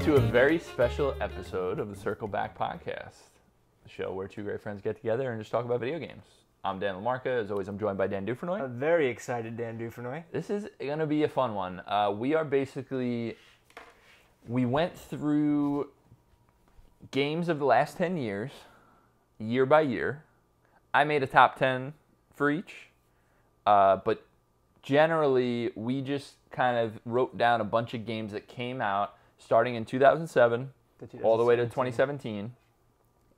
to a very special episode of the Circle Back Podcast, the show where two great friends get together and just talk about video games. I'm Dan Lamarca. As always, I'm joined by Dan Dufresnoy. A very excited Dan Dufresnoy. This is going to be a fun one. Uh, we are basically we went through games of the last 10 years, year by year. I made a top 10 for each, uh, but generally, we just kind of wrote down a bunch of games that came out starting in 2007 all the way to 2017.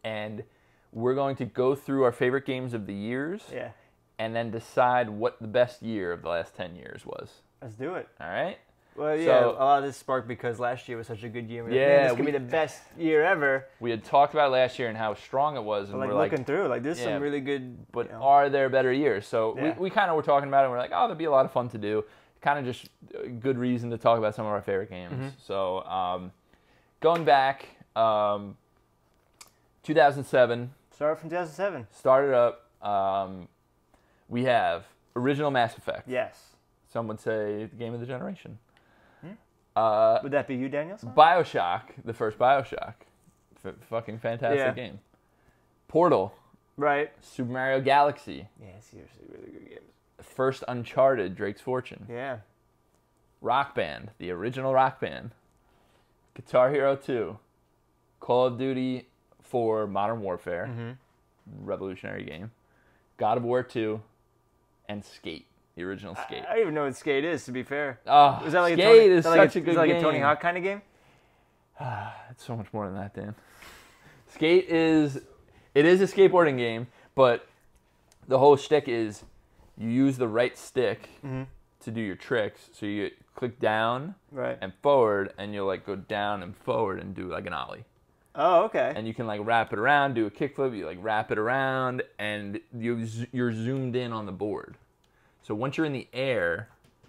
And we're going to go through our favorite games of the years Yeah, and then decide what the best year of the last 10 years was. let's do it. All right? Well, yeah, So- a lot of this sparked because last year was such a good year. We were like, Yeah, Man, this could we- be the best year ever. We had talked about last year and how strong it was, and But like we're looking like, through, like there's yeah, some really good. but you know, are there better years? So Yeah. we, we kind of were talking about it, and we're like, oh, that'd be a lot of fun to do. Kind of just a good reason to talk about some of our favorite games. Mm-hmm. So um, going back, um, 2007 start from 2007. started up. Um, we have original Mass Effect. Yes. Some would say the game of the generation. Hmm? Uh, Would that be you, Daniel? Bioshock, the first Bioshock, F- fucking fantastic Yeah. game. Portal, Right. Super Mario Galaxy, Yeah, seriously, really good games. first Uncharted, Drake's Fortune, Yeah. Rock Band, the original Rock Band, Guitar Hero 2, Call of Duty 4, Modern Warfare, Mm-hmm. revolutionary game, God of War 2, and Skate, the original Skate. I don't even know what Skate is. To be fair, oh, was that like Skate a Tony, is is that like such a, is good that like game. a Tony Hawk kind of game? It's so much more than that, Dan. Skate is it is a skateboarding game, but the whole shtick is you use the right stick to do your tricks. So you click down Right. and forward, and you'll like go down and forward and do like an ollie, Oh, okay. and you can like wrap it around, do a kickflip, you like wrap it around, and you z- you're zoomed in on the board. So once you're in the air,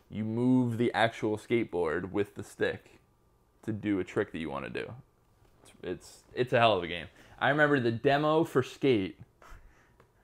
you move the actual skateboard with the stick to do a trick that you want to do. It's, it's it's a hell of a game. I remember the demo for Skate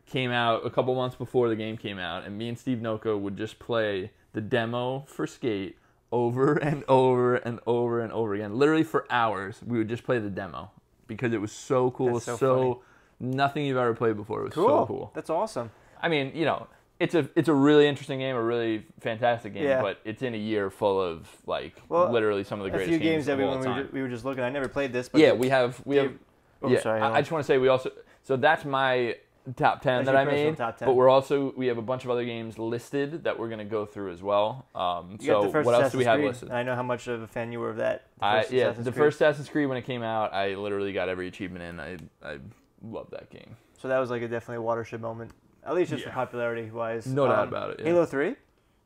came out a couple months before the game came out, and me and Steve Noko would just play the demo for Skate over and over and over and over again. Literally for hours, we would just play the demo because it was so cool, That's so nothing you've ever played before. It was so cool. That's awesome. I mean, you know, it's a it's a really interesting game, a really fantastic game, Yeah. but it's in a year full of like Well, literally some of the A greatest few games that of we, all when we, time. were, we were just looking. I never played this, but yeah, we have we do have. you- oh, yeah, sorry, I, hold I on. just want to say we also so that's my top ten That's that your I personal made. top 10. But we're also we have a bunch of other games listed that we're gonna go through as well. Um, You got so the first what else do we Assassin's have Creed, listed? and I know how much of a fan you were of that. the I, first yeah, Assassin's the Creed. first Assassin's Creed when it came out, I literally got every achievement in. I I love that game. So that was like a definitely a watershed moment, at least just for Yeah. popularity wise. No doubt about it, yeah. Um, Halo Three,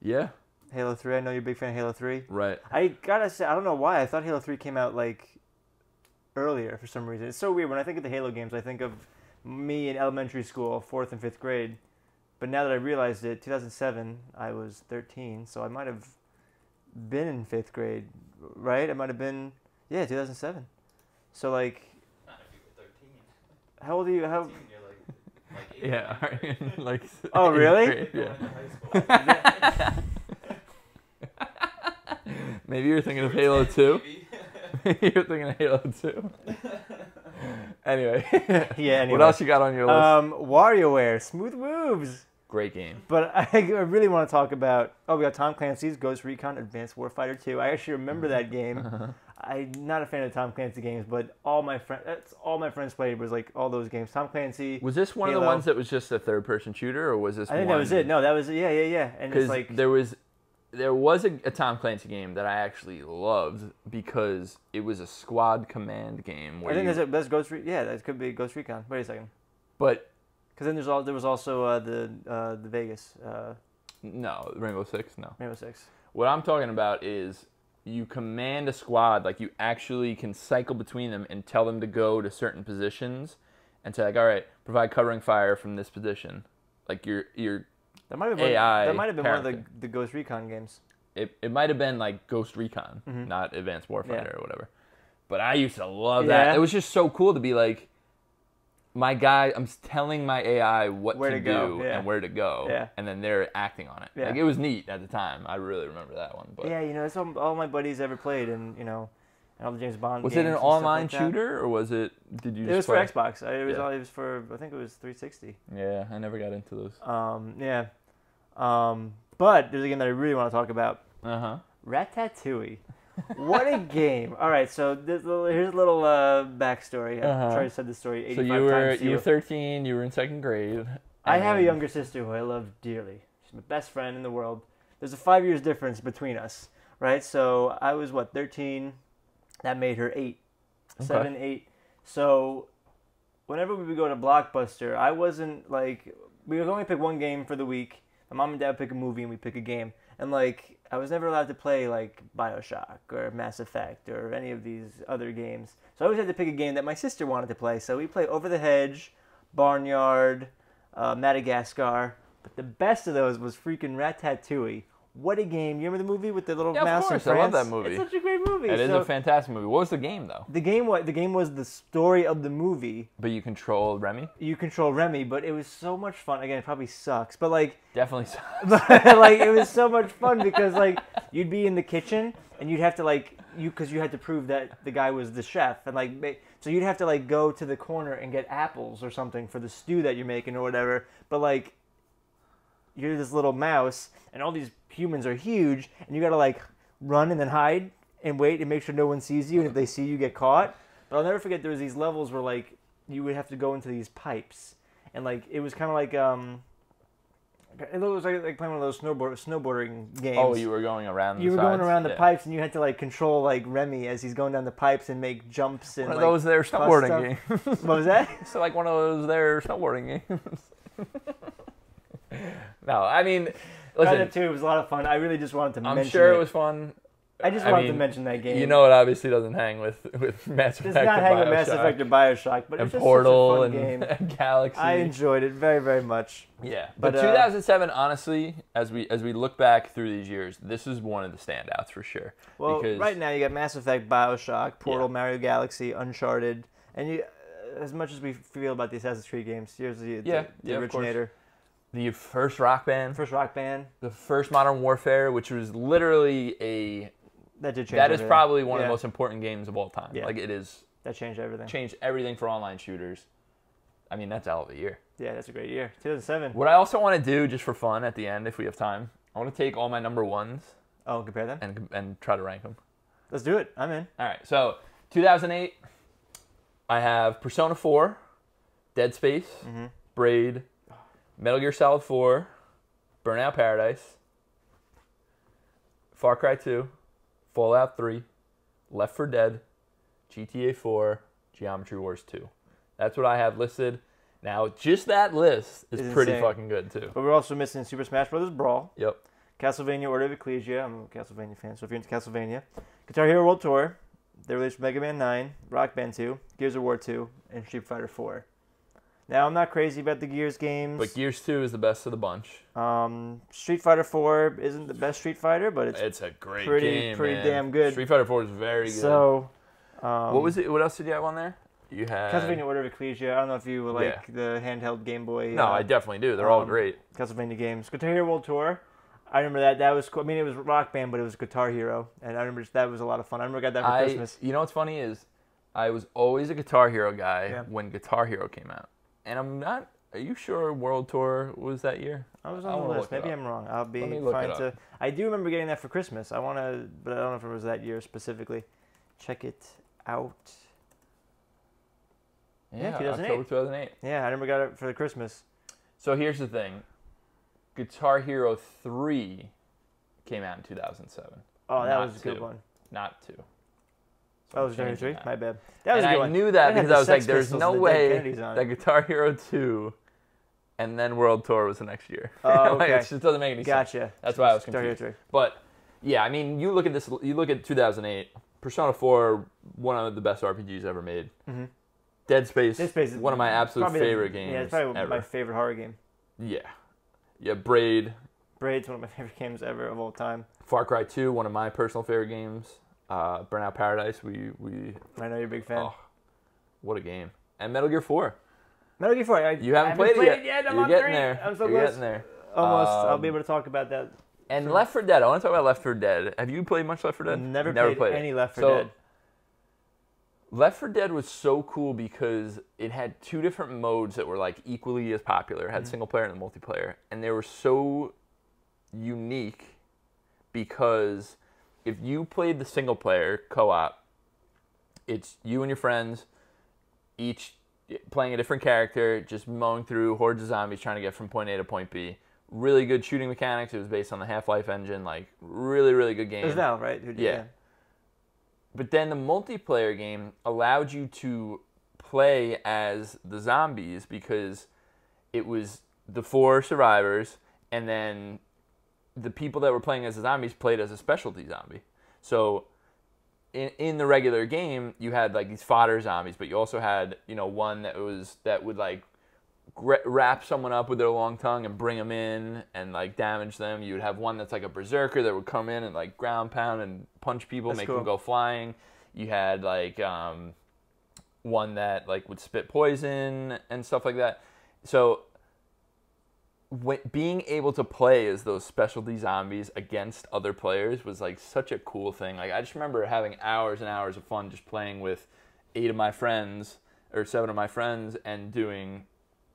Yeah, Halo Three. I know you're a big fan of Halo Three. right. I gotta say, I don't know why. I thought Halo Three came out like earlier for some reason. It's so weird. When I think of the Halo games, I think of me in elementary school, fourth and fifth grade. But now that I realized it, 2007, I was 13, so I might have been in fifth grade, right? I might have been, yeah, 2007. So like, how old are you? How Yeah, like. Oh, eighth really? grade, Yeah. Maybe you're thinking of Halo 2. Maybe you're thinking of Halo 2. anyway. Yeah. Anyway. What else you got on your list? Um, WarioWare, smooth moves. Great game. But I I really want to talk about. Oh, we got Tom Clancy's Ghost Recon Advanced Warfighter 2. I actually remember that game. I'm not a fan of Tom Clancy games, but all my friends, that's all my friends played was like all those games. Tom Clancy. Was this one of the Halo. ones that was just a third person shooter, or was this I think one? that was it. No, that was yeah, yeah, yeah. And Because it's like there was. There was a, a Tom Clancy game that I actually loved because it was a squad command game. Where I think you, that's, it. that's Ghost. Re- yeah, that could be Ghost Recon. Wait a second, But because then there's all there was also uh, the uh, the Vegas uh, no, Rainbow Six, no. Rainbow Six. What I'm talking about is you command a squad, like you actually can cycle between them and tell them to go to certain positions and say like, all right, provide covering fire from this position. Like you're you're That might have been AI that might have been one of character. the the Ghost Recon games. it, it might have been like Ghost Recon, not Advanced Warfighter Mm-hmm. Yeah. or whatever. But I used to love Yeah. that. It was just so cool to be like my guy, I'm telling my AI what Where to, to go, do yeah. and where to go, Yeah. and then they're acting on it. Yeah. Like it was neat at the time. I really remember that one. But Yeah, you know, that's all, all my buddies ever played, and you know, and all the James Bond. Was games it an and stuff online like that. shooter or was it? Did you? It just was play? for Xbox. I- It was Yeah. all- it was for I think it was 360. Yeah, I never got into those. Um, yeah. Um, but there's a game that I really want to talk about. Uh Uh-huh. huh. Ratatouille. what a game! All right, so this little, here's a little uh, backstory. I've Uh-huh. tried to say this story 85 So you were times. to you were 13. You were in second grade. I have a and- younger sister who I love dearly. She's my best friend in the world. There's a five years difference between us, right? So I was what 13. That made her eight, Okay. seven, eight. So whenever we would go to Blockbuster, I wasn't like we would only pick one game for the week. My mom and dad would pick a movie and we pick a game. And like I was never allowed to play like BioShock or Mass Effect or any of these other games. So I always had to pick a game that my sister wanted to play. So we play Over the Hedge, Barnyard, uh, Madagascar. But the best of those was freaking Ratatouille. What a game! You remember the movie with the little Yeah, of mouse course, in I love France? that movie. It's such a great movie. It is So a fantastic movie. What was the game though? the game was the game was the story of the movie. But you controlled Remy. You control Remy, but it was so much fun. Again, it probably sucks, but like Definitely. so. but like it was so much fun because like you'd be in the kitchen and you'd have to like you because you had to prove that the guy was the chef and like ma- so you'd have to like go to the corner and get apples or something for the stew that you're making or whatever but like you're this little mouse and all these humans are huge and you gotta like run and then hide and wait and make sure no one sees you and if they see you get caught but i'll never forget there was these levels where like you would have to go into these pipes and like it was kind of like um it was like, like playing one of those snowboard snowboarding games Oh, you were going around. you the were going sides? around the Yeah. pipes and you had to like control like Remy as he's going down the pipes and make jumps and One of like, those there toss snowboarding stuff. games. What was that? So like one of those there snowboarding games. no, I mean, listen. Ratatouille was a lot of fun. I really just wanted to I'm mention sure it. it was fun. I just I wanted to mean, mention that game. You know, it obviously doesn't hang with with Mass does Effect, not and hang with Mass BioShock Effect or Bioshock, but and it's just Portal such a fun and, game. and Galaxy. I enjoyed it very very much. yeah, but, but, uh, 2007, honestly, as we as we look back through these years, this is one of the standouts for sure. Well, because right now you got Mass Effect, Bioshock, Portal, Yeah. Mario Galaxy, Uncharted, and you. uh, As much as we feel about the Assassin's Creed games, here's the, the, Yeah, the yeah, of course. originator. the first Rock Band, First Rock Band the first Modern Warfare, which was literally a that did change. that is everything. probably one of Yeah, the most important games of all time. Yeah. Like it is that changed everything. changed everything for online shooters. I mean, that's out of the year. Yeah, that's a great year. 2007. What I also want to do, just for fun, at the end, if we have time, I want to take all my number ones Oh, compare them. and and try to rank them. Let's do it. I'm in. All right, so 2008, I have Persona 4, Dead Space, Mhm. Braid, Metal Gear Solid 4, Burnout Paradise, Far Cry 2, Fallout 3, Left 4 Dead, GTA 4, Geometry Wars 2. That's what I have listed. Now, just that list is It's pretty insane. fucking good too. But we're also missing Super Smash Bros. Brawl, Yep. Castlevania Order of Ecclesia. I'm a Castlevania fan, so if you're into Castlevania, Guitar Hero World Tour, they released Mega Man 9, Rock Band 2, Gears of War 2, and Street Fighter 4. Now I'm not crazy about the Gears games. But Gears 2 is the best of the bunch. um, Street Fighter 4 isn't the best Street Fighter, but it's It's a great pretty- game. pretty man. damn good. Street Fighter 4 is very good. so. Um, What was it? uh, What else did you have on there? You had Castlevania Order of Ecclesia. I don't know if you like the handheld Game Boy. No, uh, I definitely do. They're all Um, great. Castlevania games. Guitar Hero World Tour. I remember that. That was cool. I mean, it was Rock Band, but it was Guitar Hero, and I remember just- that was a lot of fun. I remember I got that for I, Christmas. you know what's funny is, I was always a Guitar Hero guy Yeah. when Guitar Hero came out, and I'm not. Are you sure World Tour was that year? I was I on the wanna list. look it Maybe up. I'm wrong. I'll be Let me look fine it to. I do remember getting that for Christmas. I want to, but I don't know if it was that year specifically. Check it out. Yeah, 2008. October 2008. Yeah, I remember got it for Christmas. So here's the thing, Guitar Hero 3 came out in 2007, Oh, that Not was a good two. one. not two. So That I'm Oh, was Journey changing Three. that. My bad. That was and a I good one. knew that It had because the I was Sex like, "There's Pistols no and the Dead way Kennedys on that it. Guitar Hero 2, and then World Tour was the next year. Oh, Like, okay. it just doesn't make any sense. Gotcha. That's why I was Guitar Hero confused. Three. But yeah, I mean, you look at this. You look at 2008. Persona 4, one of the best RPGs ever made. Mhm. Dead Space, This space is one of my absolute probably the- favorite games Yeah, it's probably ever. my favorite horror game. yeah, yeah. Braid, Braid's one of my favorite games ever of all time. Far Cry 2, one of my personal favorite games. Uh, Burnout Paradise, we we. I know you're a big fan. Oh, what a game! And Metal Gear 4. Metal Gear 4. I, You I haven't, played, it yet. I'm You're on getting three. there. I'm so You're close. getting there. Almost. I'll be Um, able to talk about that. And Sure. Left 4 Dead. I want to talk about Left 4 Dead. Have you played much Left 4 Dead? Never, played, any Left 4 So, Dead. Left 4 Dead was so cool because it had two different modes that were like equally as popular. It had single player and multiplayer, and they were so unique because if you played the single player co-op, it's you and your friends, each playing a different character, just mowing through hordes of zombies trying to get from point A to point B. Really good shooting mechanics. It was based on the Half Life engine. Like really, really good game It was Valve, right? Who did- Yeah. but then the multiplayer game allowed you to play as the zombies because it was the four survivors and then the people that were playing as the zombies played as a specialty zombie. So in, in the regular game, you had like these fodder zombies, but you also had, you know, one that was that would like gra- wrap someone up with their long tongue and bring them in and like damage them. You would have one that's like a berserker that would come in and like ground pound and punch people, That's make cool. them go flying. You had like um, one that like would spit poison and stuff like that. So when, being able to play as those specialty zombies against other players was like such a cool thing. Like I just remember having hours and hours of fun just playing with eight of my friends or seven of my friends and doing,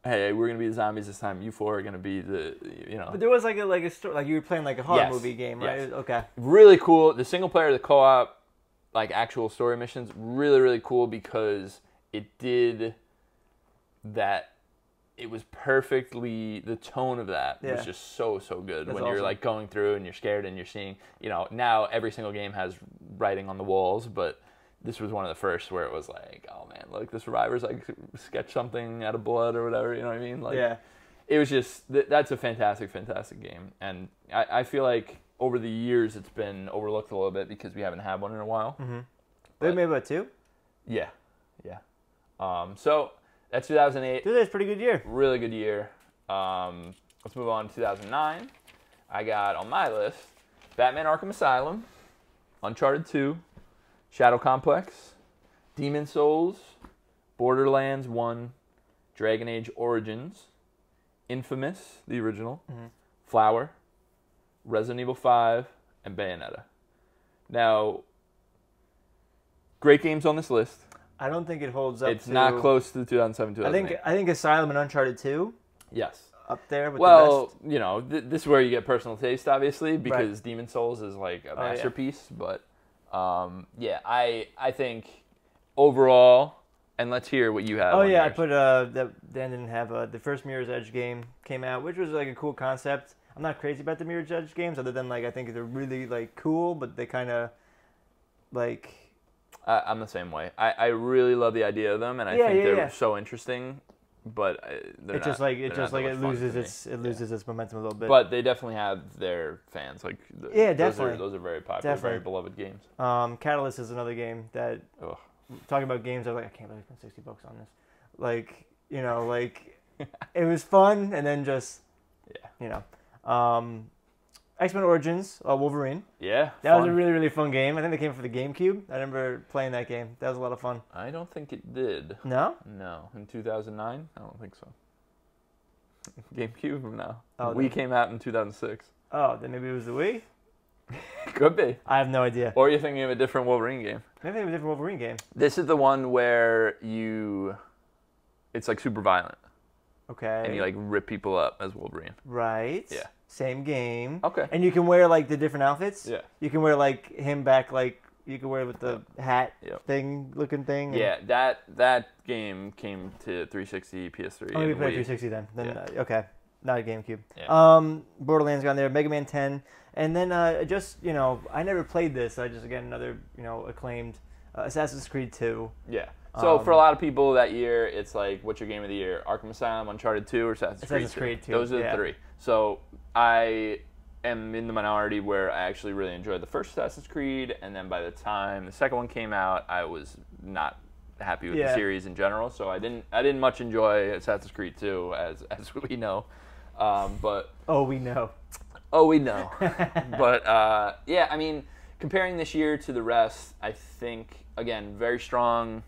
hey, we're gonna be the zombies this time. You four are gonna be the, you know, But there was like a like a story, like you were playing like a horror Yes. movie game, right? Yes. Okay. really cool. The single player, the co-op, like actual story missions, really really cool because it did that. It was perfectly the tone of that Yeah. was just so so good That's when you're awesome. like going through and you're scared and you're seeing you know now every single game has writing on the walls but this was one of the first where it was like oh man look the survivors like sketch something out of blood or whatever you know what I mean like yeah. it was just th- that's a fantastic, fantastic game, and I, I feel like over the years it's been overlooked a little bit because we haven't had one in a while. They made about two. Yeah, yeah. Um, so that's 2008, Dude, that's a pretty good year. really good year. Um, let's move on to 2009. I got on my list Batman: Arkham Asylum, Uncharted 2, Shadow Complex, Demon Souls, Borderlands 1, Dragon Age Origins, Infamous, the original, Mm-hmm. Flower, Resident Evil 5, and Bayonetta. Now, great games on this list. I don't think it holds up. it's to, not close to the 2007 I think 2008. I think Asylum and Uncharted two yes. up there with the Well, best. you know, th- this is where you get personal taste, obviously, because Demon Souls is like a Oh, yeah. masterpiece. But um, yeah, I I think overall, and let's hear what you have. Oh on yeah, I yours. put uh that Dan didn't have uh, the first Mirror's Edge game came out, which was like a cool concept. I'm not crazy about the Mirror's Edge games, other than like I think they're really like cool, but they kind of like I, I'm the same way. I, I really love the idea of them, and I Yeah, think yeah, they're yeah. so interesting. But I, they're it just not- like they're it not just that like much it fun loses to me. its it Yeah. loses its momentum a little bit. But they definitely have their fans. Like th- Yeah, those are- definitely. Those are, very popular, Definitely. very beloved games. um, Catalyst is another game that Ugh. talking about games. I was like, I can't believe I spent sixty bucks on this. Like you know, like it was fun, and then just Yeah. you know, um, X Men Origins uh, Wolverine. Yeah, That was fun. a really really fun game. I think they came for the GameCube. I remember playing that game. That was a lot of fun. I don't think it did. No, No, in 2009, I don't think so. GameCube, no. Oh, we then- came out in 2006. oh, then maybe it was the Wii. Could be. I have no idea. Or you're thinking of a different Wolverine game. Maybe it was a different Wolverine game. This is the one where you, it's like super violent, Okay. and you like rip people up as Wolverine. right. Yeah. Same game. Okay. And you can wear like the different outfits. Yeah. You can wear like him back like you can wear with the hat Yep. thing looking thing. and- Yeah, that that game came to 360, PS3. Oh, maybe and play Wii. 360 then. Then Yeah. uh, okay, not a GameCube. Yeah. Um, Borderlands gone there. Mega Man 10, and then uh, just you know, I never played this. I just again another you know acclaimed uh, Assassin's Creed 2. Yeah. So Um, for a lot of people that year, it's like, what's your game of the year? Arkham Asylum, Uncharted 2, or Assassin's, Assassin's Creed Creed 2. 2, Those are the yeah. three. So I am in the minority where I actually really enjoyed the first Assassin's Creed, and then by the time the second one came out, I was not happy with the Yeah. series in general. So I didn't I didn't much enjoy Assassin's Creed 2, as as we know. Um, but Oh, we know. Oh, we know. but uh, yeah, I mean, comparing this year to the rest, I think again very strong.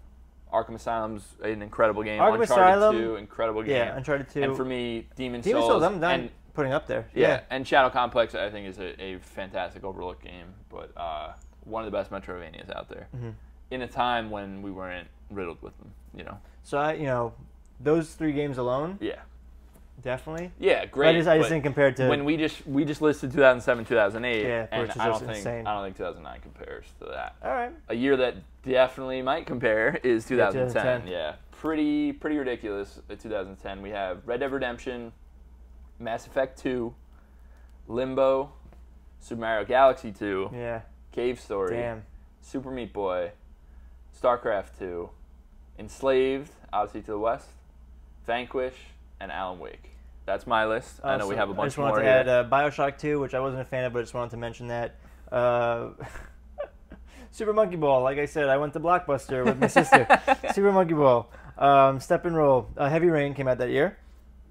Arkham Asylum's an incredible game. Arkham Uncharted Asylum, 2, incredible game. Yeah, Uncharted 2. And for me, Demon, Demon's Souls. Souls, I'm done And, putting up there. yeah, and Shadow Complex, I Mm-hmm. think is a, a fantastic overlooked game, but uh, one of the best Metrovanias out there. in a time when we weren't riddled with them. You know. So I, you know, those three games alone, Yeah. definitely. Yeah. Great. I just, I just but think compared to when we just we just listed 2007, 2008, Yeah, of and course, it's I don't just think insane. I don't think 2009 compares to that. all right, A year that definitely might compare is 2010. 2010. Yeah, pretty pretty ridiculous. uh, 2010. We have Red Dead Redemption, Mass Effect 2, Limbo, Super Mario Galaxy 2, yeah, Cave Story, damn, Super Meat Boy, StarCraft 2, Enslaved, Odyssey to the West, Vanquish, and Alan Wake. That's my list. I know we Awesome. have a I bunch just wanted more. to here. add uh, Bioshock Two, which I wasn't a fan of, but I just wanted to mention that. Uh, Super Monkey Ball, like I said, I went to Blockbuster with my sister. Super Monkey Ball, um, Step and Roll, uh, Heavy Rain came out that year,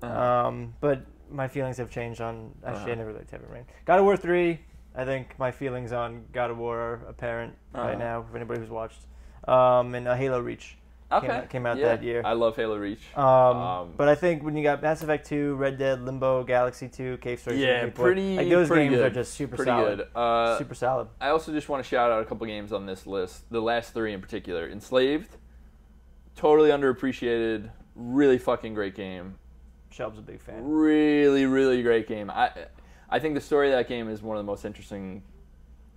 um, but my feelings have changed on. Actually, I Uh-huh. never liked Heavy Rain. God of War Three, I think my feelings on God of War are apparent Uh-huh. right now. If anybody who's watched, um, and uh, Halo Reach. okay. out- came out Yeah. that year. I love Halo Reach. Um, Um, but I think when you got Mass Effect 2, Red Dead, Limbo, Galaxy 2, Cave Story, Yeah, Super Meat Boy, pretty- like those pretty games good. are just super Pretty solid. good. Uh, super solid. I also just want to shout out a couple games on this list. The last three in particular, Enslaved, totally underappreciated. Really fucking great game. Shelb's a big fan. Really, really great game. I, I think the story of that game is one of the most interesting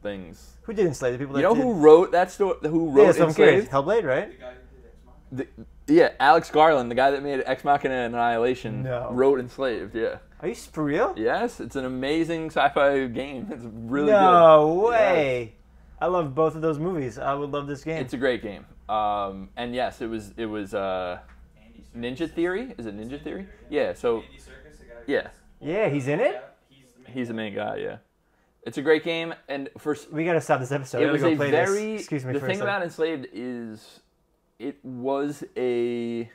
things. Who did Enslaved? The people that You know did, who wrote that story? Who wrote yeah, so I'm curious. Enslaved? Hellblade, right? The, yeah, Alex Garland, the guy that made Ex Machina and Annihilation, No. wrote Enslaved. Yeah. Are you s- for real? Yes, it's an amazing sci-fi game. It's really no good. way. I love both of those movies. I would love this Yeah, game. it's a great game. Um, and yes, it was it was uh, Ninja Theory. Is it Ninja Theory? Yeah. So Andy Serkis, the guy who yeah, does- yeah, he's in it. He's the main he's the main guy. Yeah, it's a great game. And for s- We gotta stop this episode. it I gotta was go a play very this. Excuse me the for thing a second. about Enslaved is it was a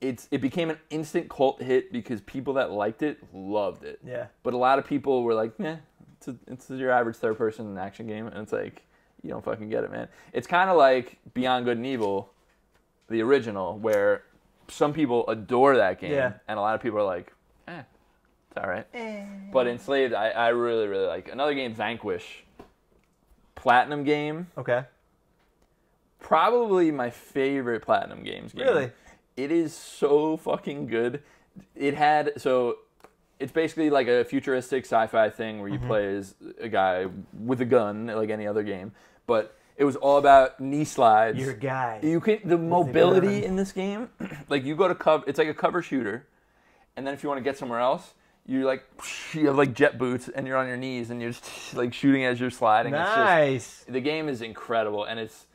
it's it became an instant cult hit because people that liked it loved it. yeah. But a lot of people were like, "Meh, it's, a, it's your average third person action game," and it's like, you don't fucking get it, man. It's kind of like Beyond Good and Evil, the original, where some people adore that game, Yeah. and a lot of people are like, "Eh, it's all right." But Enslaved, I, I really really like another game, Vanquish, platinum game, Okay. probably my favorite platinum games. Game. Really? It is so fucking good. It had so it's basically like a futuristic sci-fi thing where you Mm-hmm. play as a guy with a gun like any other game, but it was all about knee slides. Your guy. you can the gun. mobility in this game, like you go to cover it's like a cover shooter and then if you want to get somewhere else, you like you have like jet boots and you're on your knees and you're just like shooting as you're sliding. It's just- nice. the game is incredible and it's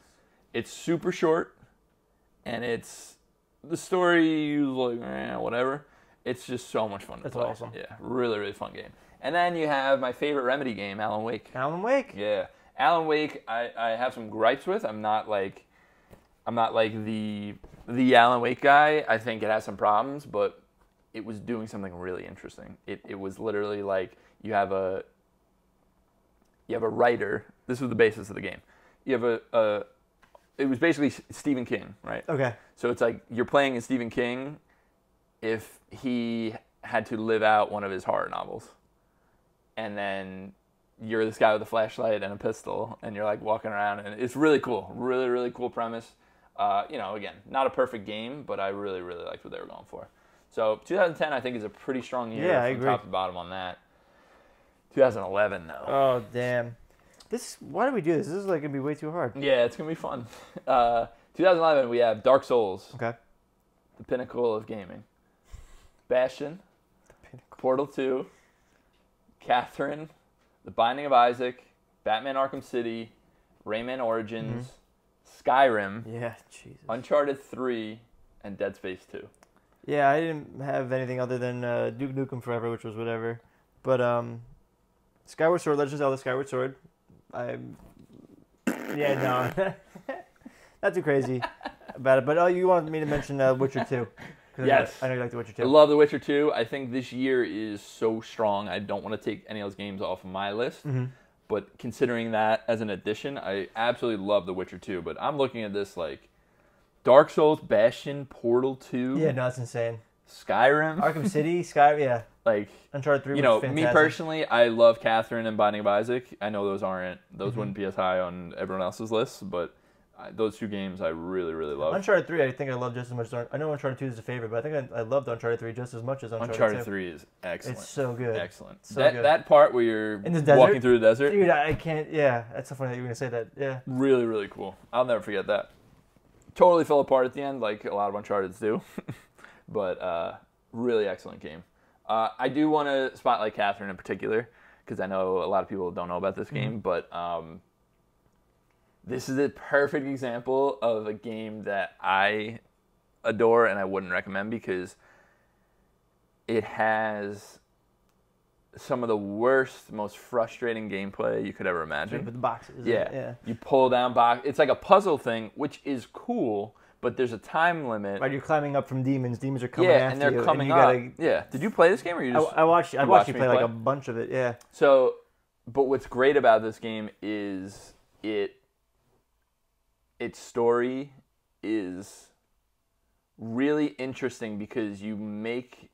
it's super short and it's the story you like eh, whatever it's just so much fun to That's play awesome. yeah really really fun game and then you have my favorite remedy game alan wake Alan Wake. yeah alan wake i, I have some gripes with i'm not like i'm not like the the alan wake guy i think it has some problems but it was doing something really interesting it, it was literally like you have a you have a writer. This was the basis of the game. You have a, a it was basically S- Stephen King, right? Okay. So it's like you're playing as Stephen King if he had to live out one of his horror novels. And then you're this guy with a flashlight and a pistol, and you're like walking around, and it's really cool. Really, really cool premise. Uh, you know, again, not a perfect game, but I really, really liked what they were going for. So 2010, I think, is a pretty strong year Yeah, I from agree. top to bottom on that. 2011, though. Oh damn. This. Why do we do this? This is like gonna be way too hard. Yeah, it's gonna be fun. Uh, 2011, we have Dark Souls, Okay. the pinnacle of gaming. Bastion, pinnacle. Portal 2, Catherine, The Binding of Isaac, Batman: Arkham City, Rayman Origins, Mm-hmm. Skyrim, Yeah. Jesus. Uncharted 3, and Dead Space 2. Yeah, I didn't have anything other than uh, Duke Nukem Forever, which was whatever. But um, Skyward Sword, Legend of Zelda Skyward Sword. I yeah no, not too crazy about it. But oh, you wanted me to mention uh, Witcher Two. 'Cause Yes. I know, I know you like The Witcher I Two. love The Witcher 2. I think this year is so strong. I don't want to take any of those games off of my list. Mhm. But considering that as an addition, I absolutely love The Witcher 2. But I'm looking at this like Dark Souls, Bastion, Portal 2, Yeah, no, it's insane. Skyrim. Arkham City, Sky, yeah, like, Uncharted Three. you was know, me fantastic. personally, I love Mm-hmm. Catherine and Binding of Isaac. I know those aren't, those wouldn't be as high on everyone else's list, but I, those two games I really really love. Uncharted Three, I think I love just as much. as I know Uncharted Two is a favorite, but I think I, I loved Uncharted Three just as much as Uncharted, Uncharted 2. Three is excellent. It's so good. excellent. So that good. that part where you're In the desert? walking through the desert, Dude, I I can't. Yeah, that's so funny that you were gonna say that. Yeah, really really cool. I'll never forget that. Totally fell apart at the end, like a lot of Uncharted's do, but uh, really excellent game. Uh, I do want to spotlight Catherine in particular because I know a lot of people don't know about this game, but um, this is a perfect example of a game that I adore and I wouldn't recommend because it has some of the worst, most frustrating gameplay you could ever imagine. with the boxes. Yeah. yeah. You pull down box. It's like a puzzle thing, which is cool, but there's a time limit. Right, you're climbing up from demons. Demons are coming yeah, after and they're you, coming you gotta, up. Yeah. Did you play this game or you just I, I watched. I you watched watched you me play like play? a bunch of it. Yeah. so? But what's great about this game is it. Its story is really interesting because you make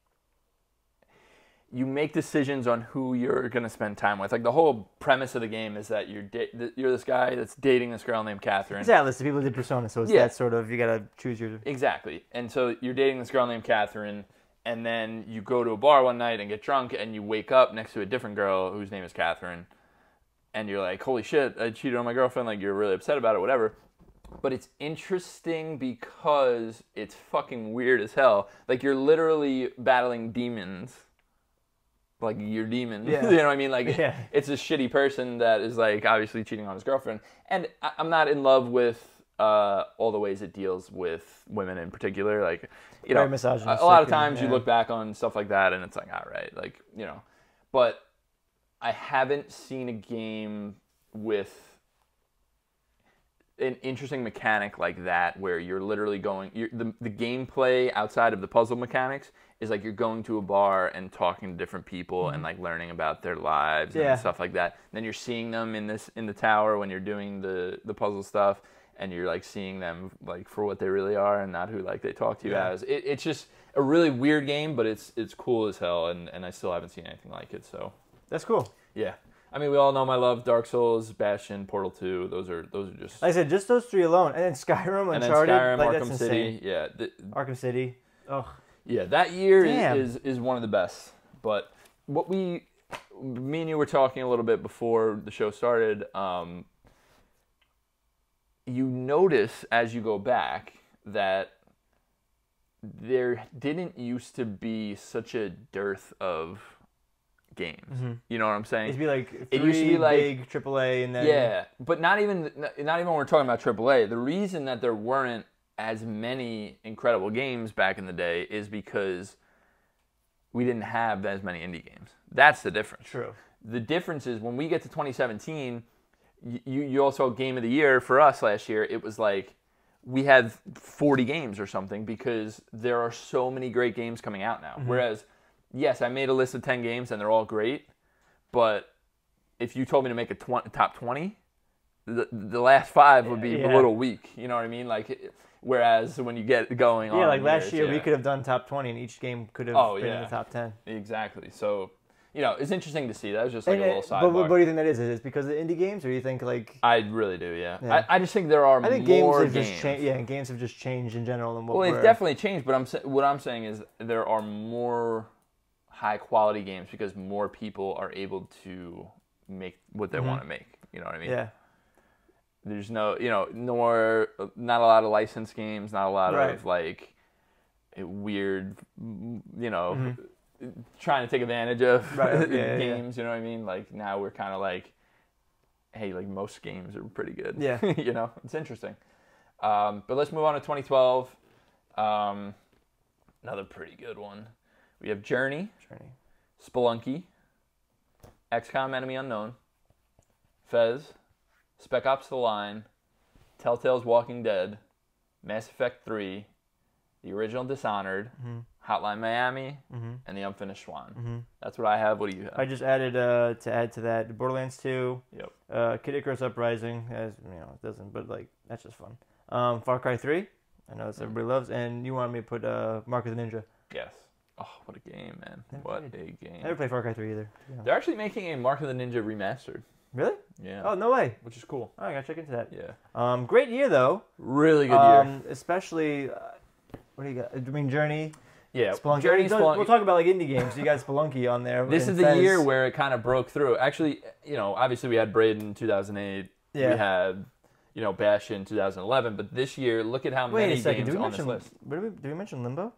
you make decisions on who you're going to spend time with. Like the whole premise of the game is that you're da- you're this guy that's dating this girl named Catherine. It's Atlas. The people did Persona, so it's Yeah. that sort of. You gotta choose your. Exactly. And so you're dating this girl named Catherine, and then you go to a bar one night and get drunk, and you wake up next to a different girl whose name is Catherine, and you're like, holy shit, I cheated on my girlfriend. Like, you're really upset about it, whatever. But it's interesting because it's fucking weird as hell. Like, you're literally battling demons. Like, your demons. Yeah. you know what I mean? Like, Yeah. it's a shitty person that is, like, obviously cheating on his girlfriend. And I- I'm not in love with uh, all the ways it deals with women in particular. Like, you know, Very a, misogynistic a lot of and- times you yeah. look back on stuff like that and it's like, all right, like, you know. But I haven't seen a game with an interesting mechanic like that where you're literally going you're, the, the gameplay outside of the puzzle mechanics is like you're going to a bar and talking to different people and like learning about their lives Mm-hmm. Yeah. and stuff like that then you're seeing them in this in the tower when you're doing the the puzzle stuff and you're like seeing them like for what they really are and not who like they talk to you Yeah. as it, it's just a really weird game but it's it's cool as hell and and i still haven't seen anything like it so That's cool. yeah. I mean, we all know my love, Dark Souls, Bastion, Portal 2. Those are those are just Like I said, just those three alone, and then Skyrim, and then Uncharted, Skyrim, like that's Arkham City. insane. Yeah, th- Arkham City. Ugh. yeah. That year Damn. is, is is one of the best. But what we, me and you were talking a little bit before the show started. Um, you notice as you go back that there didn't used to be such a dearth of games. Mm-hmm. You know what I'm saying? It'd be like three It used to be like- big AAA, and then Yeah, but not even not even when we're talking about AAA. The reason that there weren't as many incredible games back in the day is because we didn't have as many indie games. That's the difference. true. The difference is when we get to 2017, y- you you also game of the year for us last year. It was like we had 40 games or something because there are so many great games coming out now. Mm-hmm. Whereas, yes, I made a list of 10 games and they're all great, but if you told me to make a tw- top 20, the, the last five would be Yeah. a little weak. You know what I mean? Like, it- whereas when you get going on. Yeah, like last years, year we yeah. could have done top twenty, and each game could have Oh, been in yeah. the top ten. Exactly. So, you know, it's interesting to see. That was just like And, a little uh, but sidebar. what, what do you think that is? Is it because of the indie games, or do you think like I really do, yeah. Yeah. I, I just think there are I think games more have games. just changed. Yeah, and games have just changed in general. And what Well, we're- it's definitely changed, but I'm sa- what I'm saying is there are more high quality games because more people are able to make what Mm-hmm. they want to make. You know what I mean? yeah. There's no, you know, no more, not a lot of licensed games, not a lot Right. of like weird, you know, trying to take advantage of Mm-hmm. Right, yeah, yeah, yeah. games. You know what I mean? Like now we're kind of like, hey, like most games are pretty good. Yeah. you know, it's interesting. Um, but let's move on to 2012. Um, another pretty good one. We have Journey, Journey. Spelunky, XCOM Enemy Unknown, Fez, Spec Ops The Line, Telltale's Walking Dead, Mass Effect 3, the original Dishonored, Mm-hmm. Hotline Miami, and The Unfinished Swan. That's what I have. What do you have? I just added uh, to add to that Borderlands Two, yep. uh, Kid Icarus Uprising. As you know, it doesn't, but like that's just fun. Um, Far Cry Three. I know that's Mm. everybody loves, and you wanted me to put uh, Mark of the Ninja. Yes. Oh, what a game, man. What a I never game. played Far Cry Three either. to be honest. They're actually making a Mark of the Ninja remastered. Really? Yeah. Oh no way! Which is cool. All right, I gotta check into that. Yeah. Um, great year though. Really good year. um, especially uh, what do you got? I mean, Journey, Yeah. Spelunky. Journey, We'll- Spelunky. We'll talk about like indie games. You got Spelunky on there. This and is the Fez. year where it kind of broke through. Actually, you know, obviously we had Braden in 2008. Yeah. We had, you know, Bash in 2011. But this year, look at how Wait many a second. Did games we on mention? this list. What did we? Did we mention Limbo?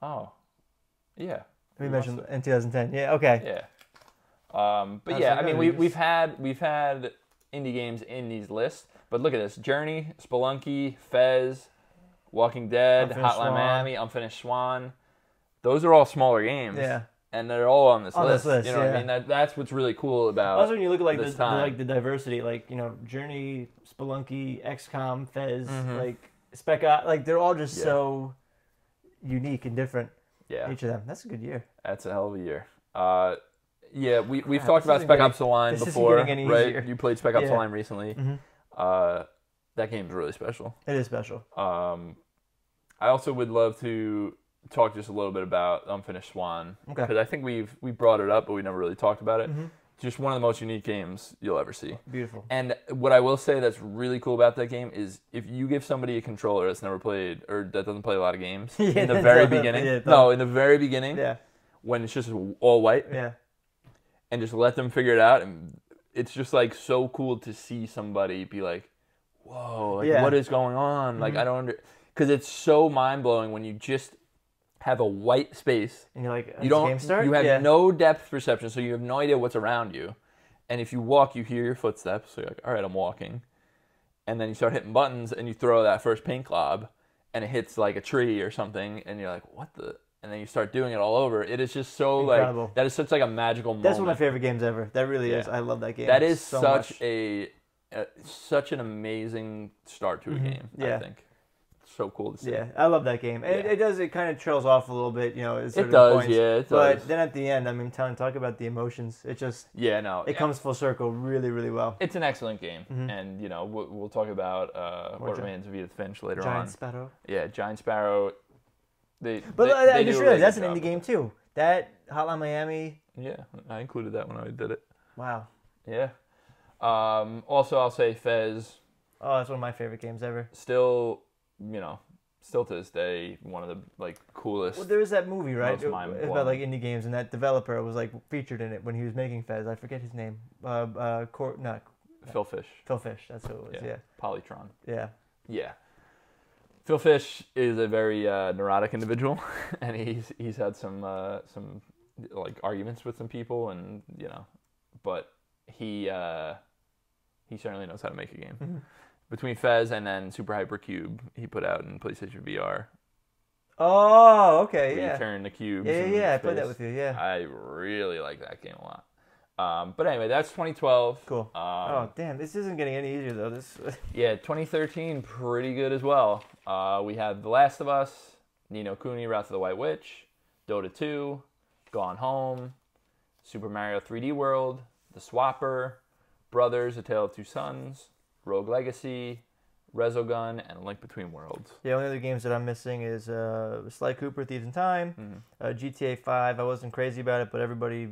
Oh, yeah. We, We mentioned must in 2010. Yeah. Okay. Yeah. Um, but Oh, yeah, so I mean, no, we, you just- we've had we've had indie games in these lists, but look at this: Journey, Spelunky, Fez, Walking Dead, Hotline Unfinished Swan. Miami, Unfinished Swan. Those are all smaller games, Yeah. and they're all on this On list. this list, you know what yeah. I mean? That, that's what's really cool about. Also, when you look at like the, this the- time. like the diversity, like you know, Journey, Spelunky, XCOM, Fez, Mhm. like Spec Ops, like they're all just Yeah. so unique and different. yeah, Each of them. That's a good year. that's a hell of a year. Uh, yeah, we we've Crap, talked this about isn't Spec getting- Ops: The Line this isn't before, getting any right? easier. You played Spec Ops: Yeah. The Line recently. Mhm. Uh, that game's really special. It is special. Um, I also would love to talk just a little bit about Unfinished Swan Okay. because I think we've we brought it up, but we never really talked about it. Mhm. Just one of the most unique games you'll ever see. Beautiful. And what I will say that's really cool about that game is if you give somebody a controller that's never played or that doesn't play a lot of games Yeah, in the that's very all that- beginning, yeah, no, in the very beginning Yeah. when it's just all white Yeah. and just let them figure it out, and it's just like so cool to see somebody be like, "Whoa, like, Yeah. Mm-hmm. what is going on?" Like I don't under because it's so mind blowing when you just have a white space. And you're like, you "Does the don't. game start? You have yeah. no depth perception, so you have no idea what's around you. And if you walk, you hear your footsteps. So you're like, "All right, I'm walking," and then you start hitting buttons, and you throw that first paint glob, and it hits like a tree or something, and you're like, "What the." And then you start doing it all over. It is just so Incredible. like that is such like a magical moment. That's one of my favorite games ever. That really is. Yeah. I love that game. That is so such much. a, a such an amazing start to a game. Mm-hmm. Yeah. I think so cool to see. Yeah, I love that game. And it, Yeah. it does. It kind of trails off a little bit, you know. At certain does, Points. yeah, it but does. then at the end, I mean, telling talk about the emotions. It just Yeah, no, it yeah. comes full circle really, really well. It's an excellent game, and you know we'll, we'll talk about uh, More what Gi- remains of Edith Finch later Giant on. Sparrow. yeah, Giant Sparrow. They, But they, I- I they just do a really realized that's good an indie job. game too. That Hotline Miami. Yeah, I included that when I did it. Wow. Yeah. Um, also, I'll say Fez Oh, that's one of my favorite games ever. still, you know, still to this day one of the like coolest. Well, there was that movie, right? Most mind-blowing. about like indie games, and that developer was like featured in it when he was making Fez. I forget his name. Uh, uh, Cor- not Phil Fish, Phil Fish. That's who it was. Yeah. Yeah. Polytron. Yeah. Yeah. Phil Fish is a very uh, neurotic individual, and he's he's had some uh, some like arguments with some people, and you know, but he uh, he certainly knows how to make a game. Mhm. Between Fez and then Super Hyper Cube, he put out in PlayStation VR. Oh, okay. where Yeah. You turn the cubes. Yeah, yeah, in yeah. I played that space. with you. Yeah. I really like that game a lot. Um, but anyway, that's 2012. Cool. Um, oh, damn. This isn't getting any easier though. This. Yeah, 2013, pretty good as well. Uh, we had The Last of Us, Nino Cooney, Wrath of the White Witch, Dota 2, Gone Home, Super Mario 3D World, The Swapper, Brothers, A Tale of Two Sons, Rogue Legacy, Resogun, and Link Between Worlds. The only other games that I'm missing is uh, Sly Cooper, Thieves in Time, Mhm. uh, GTA 5. I wasn't crazy about it, but everybody,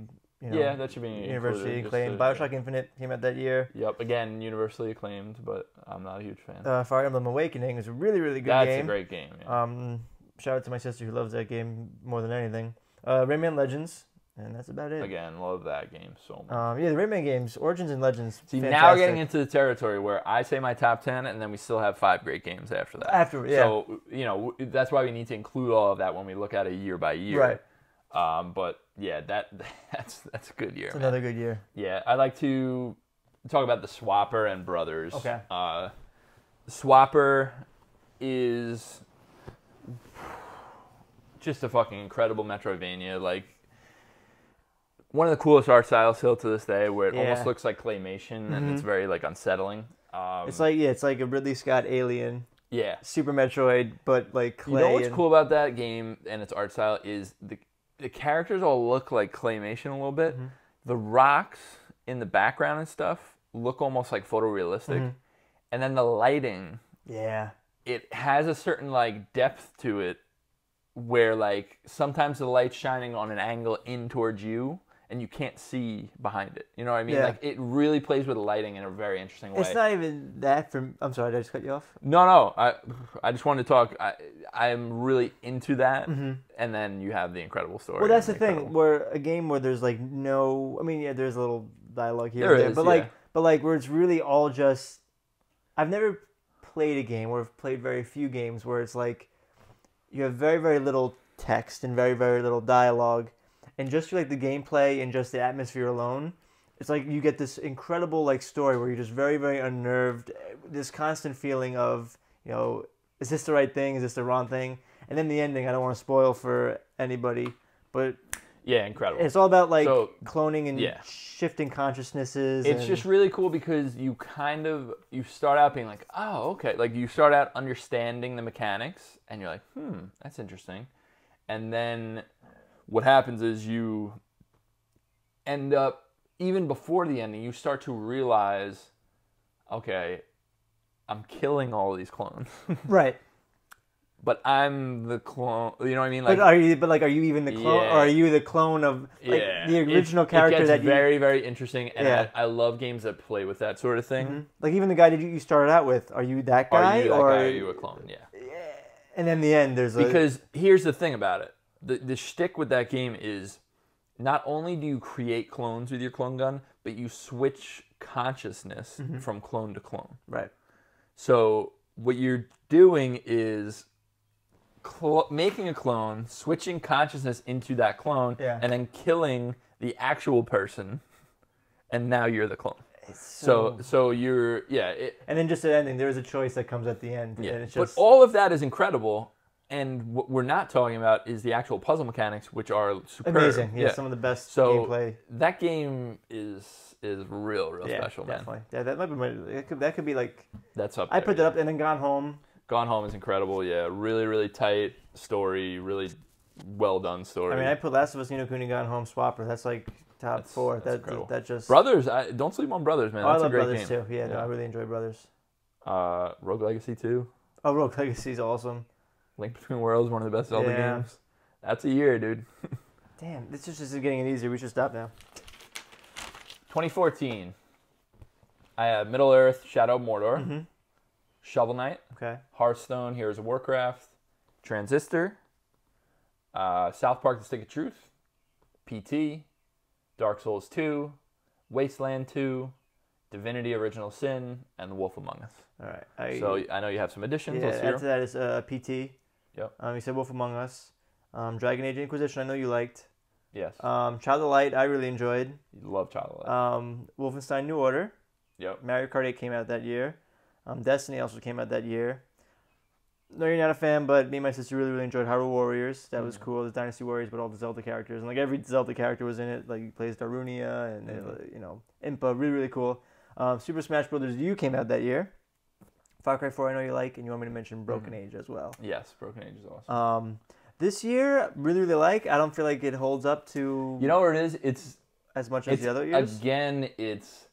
you know, yeah, that should be university included, just acclaimed. to- Bioshock Infinite came out that year. Yep, again, universally acclaimed, but I'm not a huge fan. Uh, Fire Emblem Awakening is a really, really good That's game. a great game. yeah. Um, shout out to my sister who loves that game more than anything. Uh, Rayman Legends, and that's about it. Again, love that game so much. Um, yeah, the Rayman games, Origins and Legends. See, now we're fantastic. getting into the territory where I say my top 10, and then we still have five great games after that. After- yeah. So, you know, w- that's why we need to include all of that when we look at it year by year. Right. Um, but yeah, that that's that's a good year. It's man. another good year. Yeah, I'd like to talk about the Swapper and Brothers. Okay. Uh, Swapper is just a fucking incredible Metroidvania. Like, one of the coolest art styles still to this day, where it Yeah. Mm-hmm. almost looks like claymation and it's very, like, unsettling. Um, It's like yeah, it's like a Ridley Scott Alien, yeah. Super Metroid, but like clay. You know what's and- cool about that game and its art style is the the characters all look like claymation a little bit. The rocks in the background and stuff look almost like photorealistic. And then the lighting, Yeah. it has a certain like depth to it where like sometimes the light's shining on an angle in towards you and you can't see behind it. You know what I mean? Yeah. Like it really plays with the lighting in a very interesting way. It's not even that from. I'm sorry, did I just cut you off? no, no. I I just wanted to talk. I I'm really into that, and then you have the incredible story. Mm-hmm. Well, that's the and thing. incredible- Where a game where there's like no, I mean, yeah, there's a little dialogue here, There and there, is, but yeah. like, but like where it's really all just. I've never played a game, or I've played very few games where it's like, you have very very little text and very very little dialogue, and just through like the gameplay and just the atmosphere alone, it's like you get this incredible like story where you're just very very unnerved, eh, this constant feeling of you know, is this the right thing? Is this the wrong thing? And then the ending, I don't want to spoil for anybody, but Yeah, incredible. it's all about like So- cloning and yeah. shifting consciousnesses. it's and- just really cool because you kind of you start out being like oh okay like you start out understanding the mechanics and you're like hmm that's interesting and then what happens is you end up even before the ending you start to realize okay i'm killing all these clones right. but i'm the clone you know what i mean But are you? But like, are you even the clone? Yeah. Or are you the clone of like the It- original character it gets that you? very very interesting and Yeah. Mm-hmm. I, I love games that play with that sort of thing Like even the guy that you you started out with, are you that guy? are you that or guy or are you a clone yeah and then the end, there's a Because here's the thing about it: the the shtick with that game is not only do you create clones with your clone gun, but you switch consciousness Mm-hmm. from clone to clone. right. So what you're doing is clo making a clone, switching consciousness into that clone, Yeah. and then killing the actual person, and now you're the clone. So So, so, you're yeah. It, and then just an ending. There is a choice that comes at the end, yeah. and it's just but all of that is incredible. And what we're not talking about is the actual puzzle mechanics, which are superb. amazing. Yeah, some of the best so gameplay. that game is is real, real Yeah, special, man. definitely. Yeah, that might be. My, that could, that could be like That's up. I there, put yeah. that up and then gone home. Gone Home is incredible. Yeah, really, really tight story. Really well done story. I mean, I put Last of Us, Nino Kuni, Gone Home, Swapper. That's like top That's- four. that's that incredible. that just. Brothers, I, don't sleep on Brothers, man. oh, I That's love a great Brothers game. too. Yeah, no, Yeah. I really enjoy Brothers. Uh, Rogue Legacy two, Oh, Rogue Legacy is awesome. Link Between Worlds, one of the best Zelda Yeah. games. That's a year, dude. Damn, this just isn't getting any easier. We should stop now. 2014. I have Middle Earth, Shadow of Mordor, Mm-hmm. Shovel Knight, Okay. Hearthstone, Heroes of Warcraft, Transistor, uh, South Park: The Stick of Truth, PT, Dark Souls 2, Wasteland 2, Divinity: Original Sin, and The Wolf Among Us. All right. I, So I know you have some additions. yeah, Let's hear add 'em. to that is uh, PT. Yep. Um, you said Wolf Among Us, um, Dragon Age Inquisition. I know you liked. Yes, Um, Child of Light. I really enjoyed. you love Child of Light. Um, Wolfenstein New Order. Yep. Mario Kart 8 came out that year. Um, Destiny also came out that year. No, you're not a fan, but me and my sister really, really enjoyed Hyrule Warriors. That was Mhm. cool. The Dynasty Warriors, but all the Zelda characters. And, like, every Zelda character was in it. Like, you plays Darunia and, uh, Mhm. you know, Impa. Really, really cool. Um, Super Smash Brothers U came out that year. Far Cry 4, I know you like. And you want me to mention Broken Mm. Age as well. Yes, Broken Age is awesome. Um, this year, really, really like. I don't feel like it holds up to you know where it is? It's as much as it's the other years. again. It's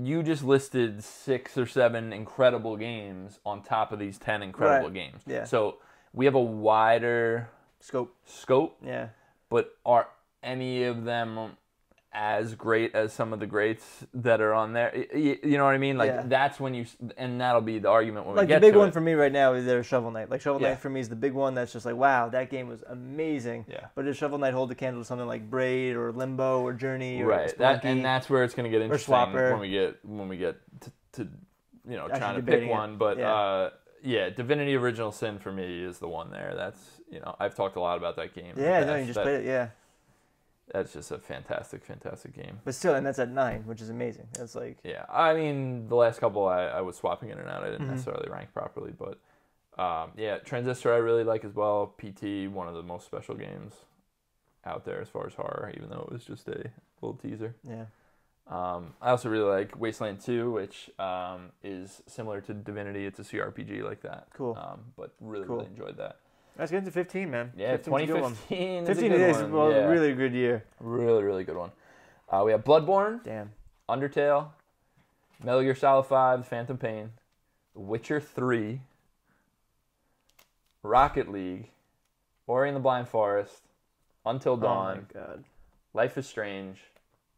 you just listed six or seven incredible games on top of these ten incredible Right. games. Yeah. So we have a wider Scope. scope Yeah. but are any of them as great as some of the greats that are on there? Y- y- You, know what I mean? Like Yeah. that's when you, s- and that'll be the argument when like we get the big to one it. for me right now is their Shovel Knight. Like Shovel Yeah. Knight for me is the big one that's just like, wow, that game was amazing. Yeah. But does Shovel Knight hold the candle to something like Braid or Limbo or Journey or right? That, Spelunky? and that's where it's going to get interesting Swapper. when we get when we get to, to you know Actually trying to pick debating it. one. But Yeah. uh, yeah, Divinity: Original Sin for me is the one there. That's you know I've talked a lot about that game. in the yeah, no, past. you just That- played it, yeah. That's just a fantastic, fantastic game. But still, and that's at nine, which is amazing. That's like Yeah, I mean, the last couple I, I was swapping in and out. I didn't Mhm. necessarily rank properly, but um, yeah, Transistor I really like as well. PT, one of the most special games out there as far as horror, even though it was just a little teaser. yeah. Um, I also really like Wasteland 2, which um, is similar to Divinity. It's a CRPG like that. Cool. Um, but really, Cool. really enjoyed that. Let's get into fifteen, man. Yeah, 15's a good one. 2015 is a Fifteen good is one. well yeah. really good year. really, really good one. Uh, we have Bloodborne, Damn. Undertale, Metal Gear Solid 5, Phantom Pain, The Witcher 3, Rocket League, Ori and the Blind Forest, Until Oh my Dawn, god. Life is Strange,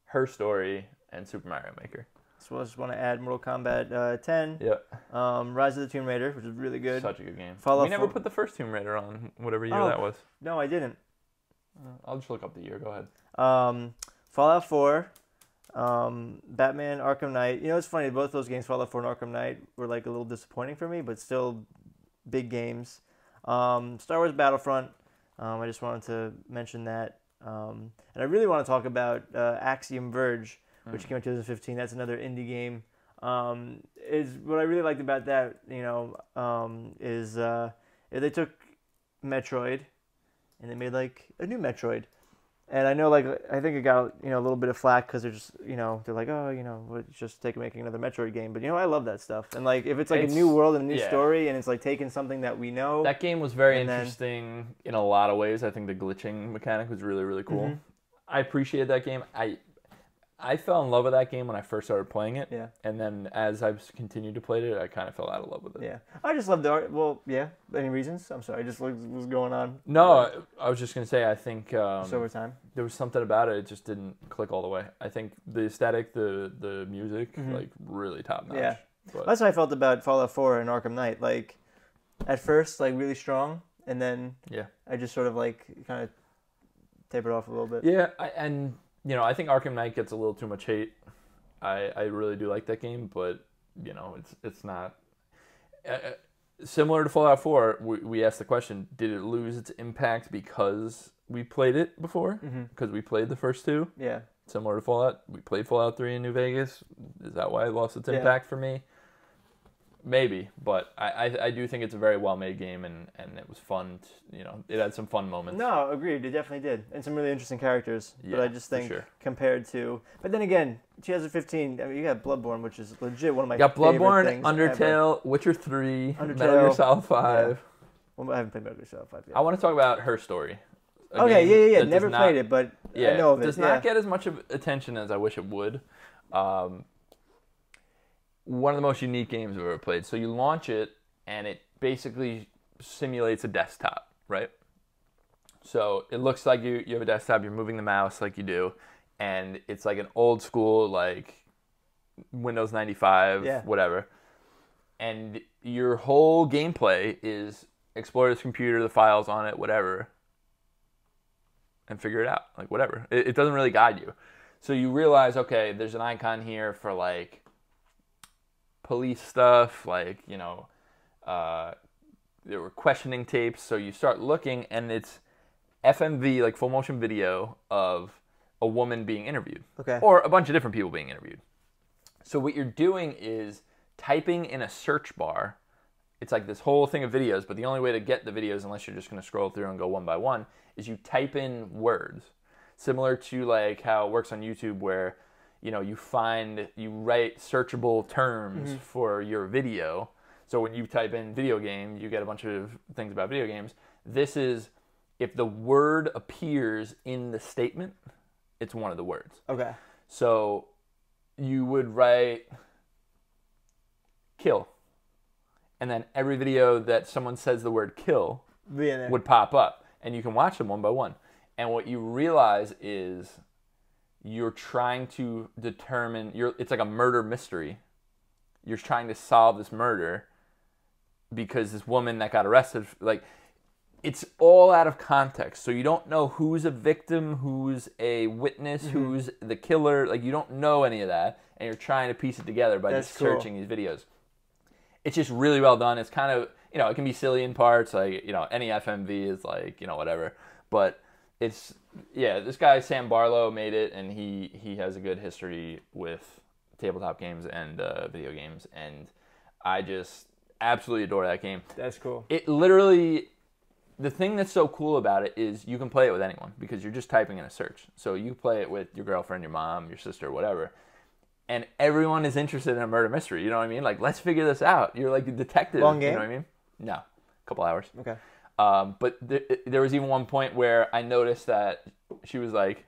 Her Story, and Super Mario Maker. So I just want to add Mortal Kombat uh, 10, Yep. um, Rise of the Tomb Raider, which is really good. Such a good game. Fallout we never four- put the first Tomb Raider on whatever year Oh. that was. no, I didn't. Uh, I'll just look up the year. Go ahead. Um, Fallout 4, um, Batman, Arkham Knight. You know, it's funny. Both those games, Fallout 4 and Arkham Knight, were like a little disappointing for me, but still big games. Um, Star Wars Battlefront. Um, I just wanted to mention that, um, and I really want to talk about uh, Axiom Verge, which Hmm. came out in 2015. That's another indie game. Um, is what I really liked about that, you know, um, is uh, they took Metroid, and they made like a new Metroid. And I know, like, I think it got you know a little bit of flack because they're just you know they're like, oh, you know, we're just taking making another Metroid game. But you know, I love that stuff. And like, if it's like It's- a new world and a new yeah. story, and it's like taking something that we know, That game was very And then- interesting in a lot of ways. I think the glitching mechanic was really really cool. Mm-hmm. I appreciated that game. I I fell in love with that game when I first started playing it. Yeah. And then as I've s- continued to play it, I kind of fell out of love with it. yeah, I just love the art. Well, yeah. Any reasons? I'm sorry, I just looked what was going on. No, I, I was just gonna say I think um, It's over time. there was something about it. It just didn't click all the way. I think the aesthetic, the the music, Mhm. like really top notch. Yeah. But That's how I felt about Fallout 4 and Arkham Knight. Like, at first, like really strong, and then Yeah. I just sort of like kind of tapered off a little bit. yeah, I, and you know I think Arkham Knight gets a little too much hate. I I really do like that game, but you know it's it's not. Uh, uh, Similar to Fallout 4, we, we asked the question: Did it lose its impact because we played it before? Mm-hmm. Because we played the first two. Yeah. similar to Fallout. We played Fallout 3 in New Vegas. Is that why it lost its Yeah. impact for me? Maybe, but I, I, I do think it's a very well made game and, and it was fun. t you know, it had some fun moments. No, agreed. It definitely did, and some really interesting characters. but I Yeah, just for think sure. compared to, but then again, 2015. I mean, you got Bloodborne, which is legit one of my You got favorite Bloodborne, things Ever. Undertale, Witcher 3, Metal Gear Undertale. Solid 5. Well, I haven't played Metal Gear Solid 5 yet. I want to talk about her story. A okay, game yeah, yeah, yeah. that does Never not- played it, but Yeah, I know of it. does yeah. not get as much of attention as I wish it would. Um, one of the most unique games I've ever played. So you launch it, and it basically simulates a desktop, right? So it looks like you you have a desktop. You're moving the mouse like you do, and it's like an old school like Windows 95, Yeah. whatever. And your whole gameplay is explore this computer, the files on it, whatever, and figure it out. Like, whatever. It, it doesn't really guide you. So you realize, okay, there's an icon here for like police stuff, like, you know, uh, there were questioning tapes. So you start looking, and it's FMV, like full motion video of a woman being interviewed Okay. or a bunch of different people being interviewed. So what you're doing is typing in a search bar. It's like this whole thing of videos, but the only way to get the videos, unless you're just going to scroll through and go one by one, is you type in words. Similar to like how it works on YouTube, where you know you find you write searchable terms for your video. So when you type in video game, you get a bunch of things about video games. This is if the word appears in the statement, it's one of the words. okay. So you would write kill. And then every video that someone says the word kill Be in there. would pop up. And you can watch them one by one. And what you realize is you're trying to determine you're it's like a murder mystery. You're trying to solve this murder because this woman that got arrested like it's all out of context. So you don't know who's a victim, who's a witness, Mm-hmm. who's the killer. Like you don't know any of that, and you're trying to piece it together by That's just cool. searching these videos. It's just really well done. It's kind of you know it can be silly in parts, like you know any FMV is like you know whatever, but it's yeah. This guy Sam Barlow made it, and he he has a good history with tabletop games and uh, video games, and I just absolutely adore that game That's cool. it literally the thing that's so cool about it is you can play it with anyone because you're just typing in a search so you play it with your girlfriend your mom your sister whatever and everyone is interested in a murder mystery you know what i mean like let's figure this out you're like a detective Long you game? know what i mean no a couple hours Okay. um, but th- there was even one point where i noticed that she was like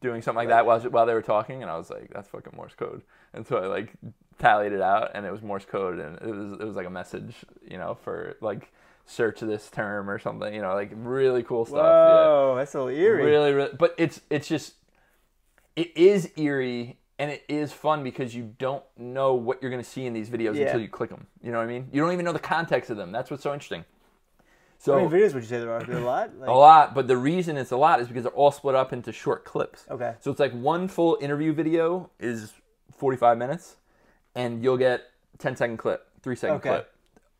doing something like that while, while they were talking and i was like that's fucking morse code and so i like tallied it out and it was morse code and it was it was like a message you know for like search this term or something. You know, like really cool stuff. yeah. Whoa, that's a little eerie. Really, really, but it's it's just it is eerie and it is fun because you don't know what you're going to see in these videos Yeah. until you click them. You know what I mean? You don't even know the context of them. That's what's so interesting. So How Oh. many videos would you say there are? There are a lot. Like, a lot, but the reason it's a lot is because they're all split up into short clips. Okay. So it's like one full interview video is 45 minutes, and you'll get 10 second clip, three second Okay. clip,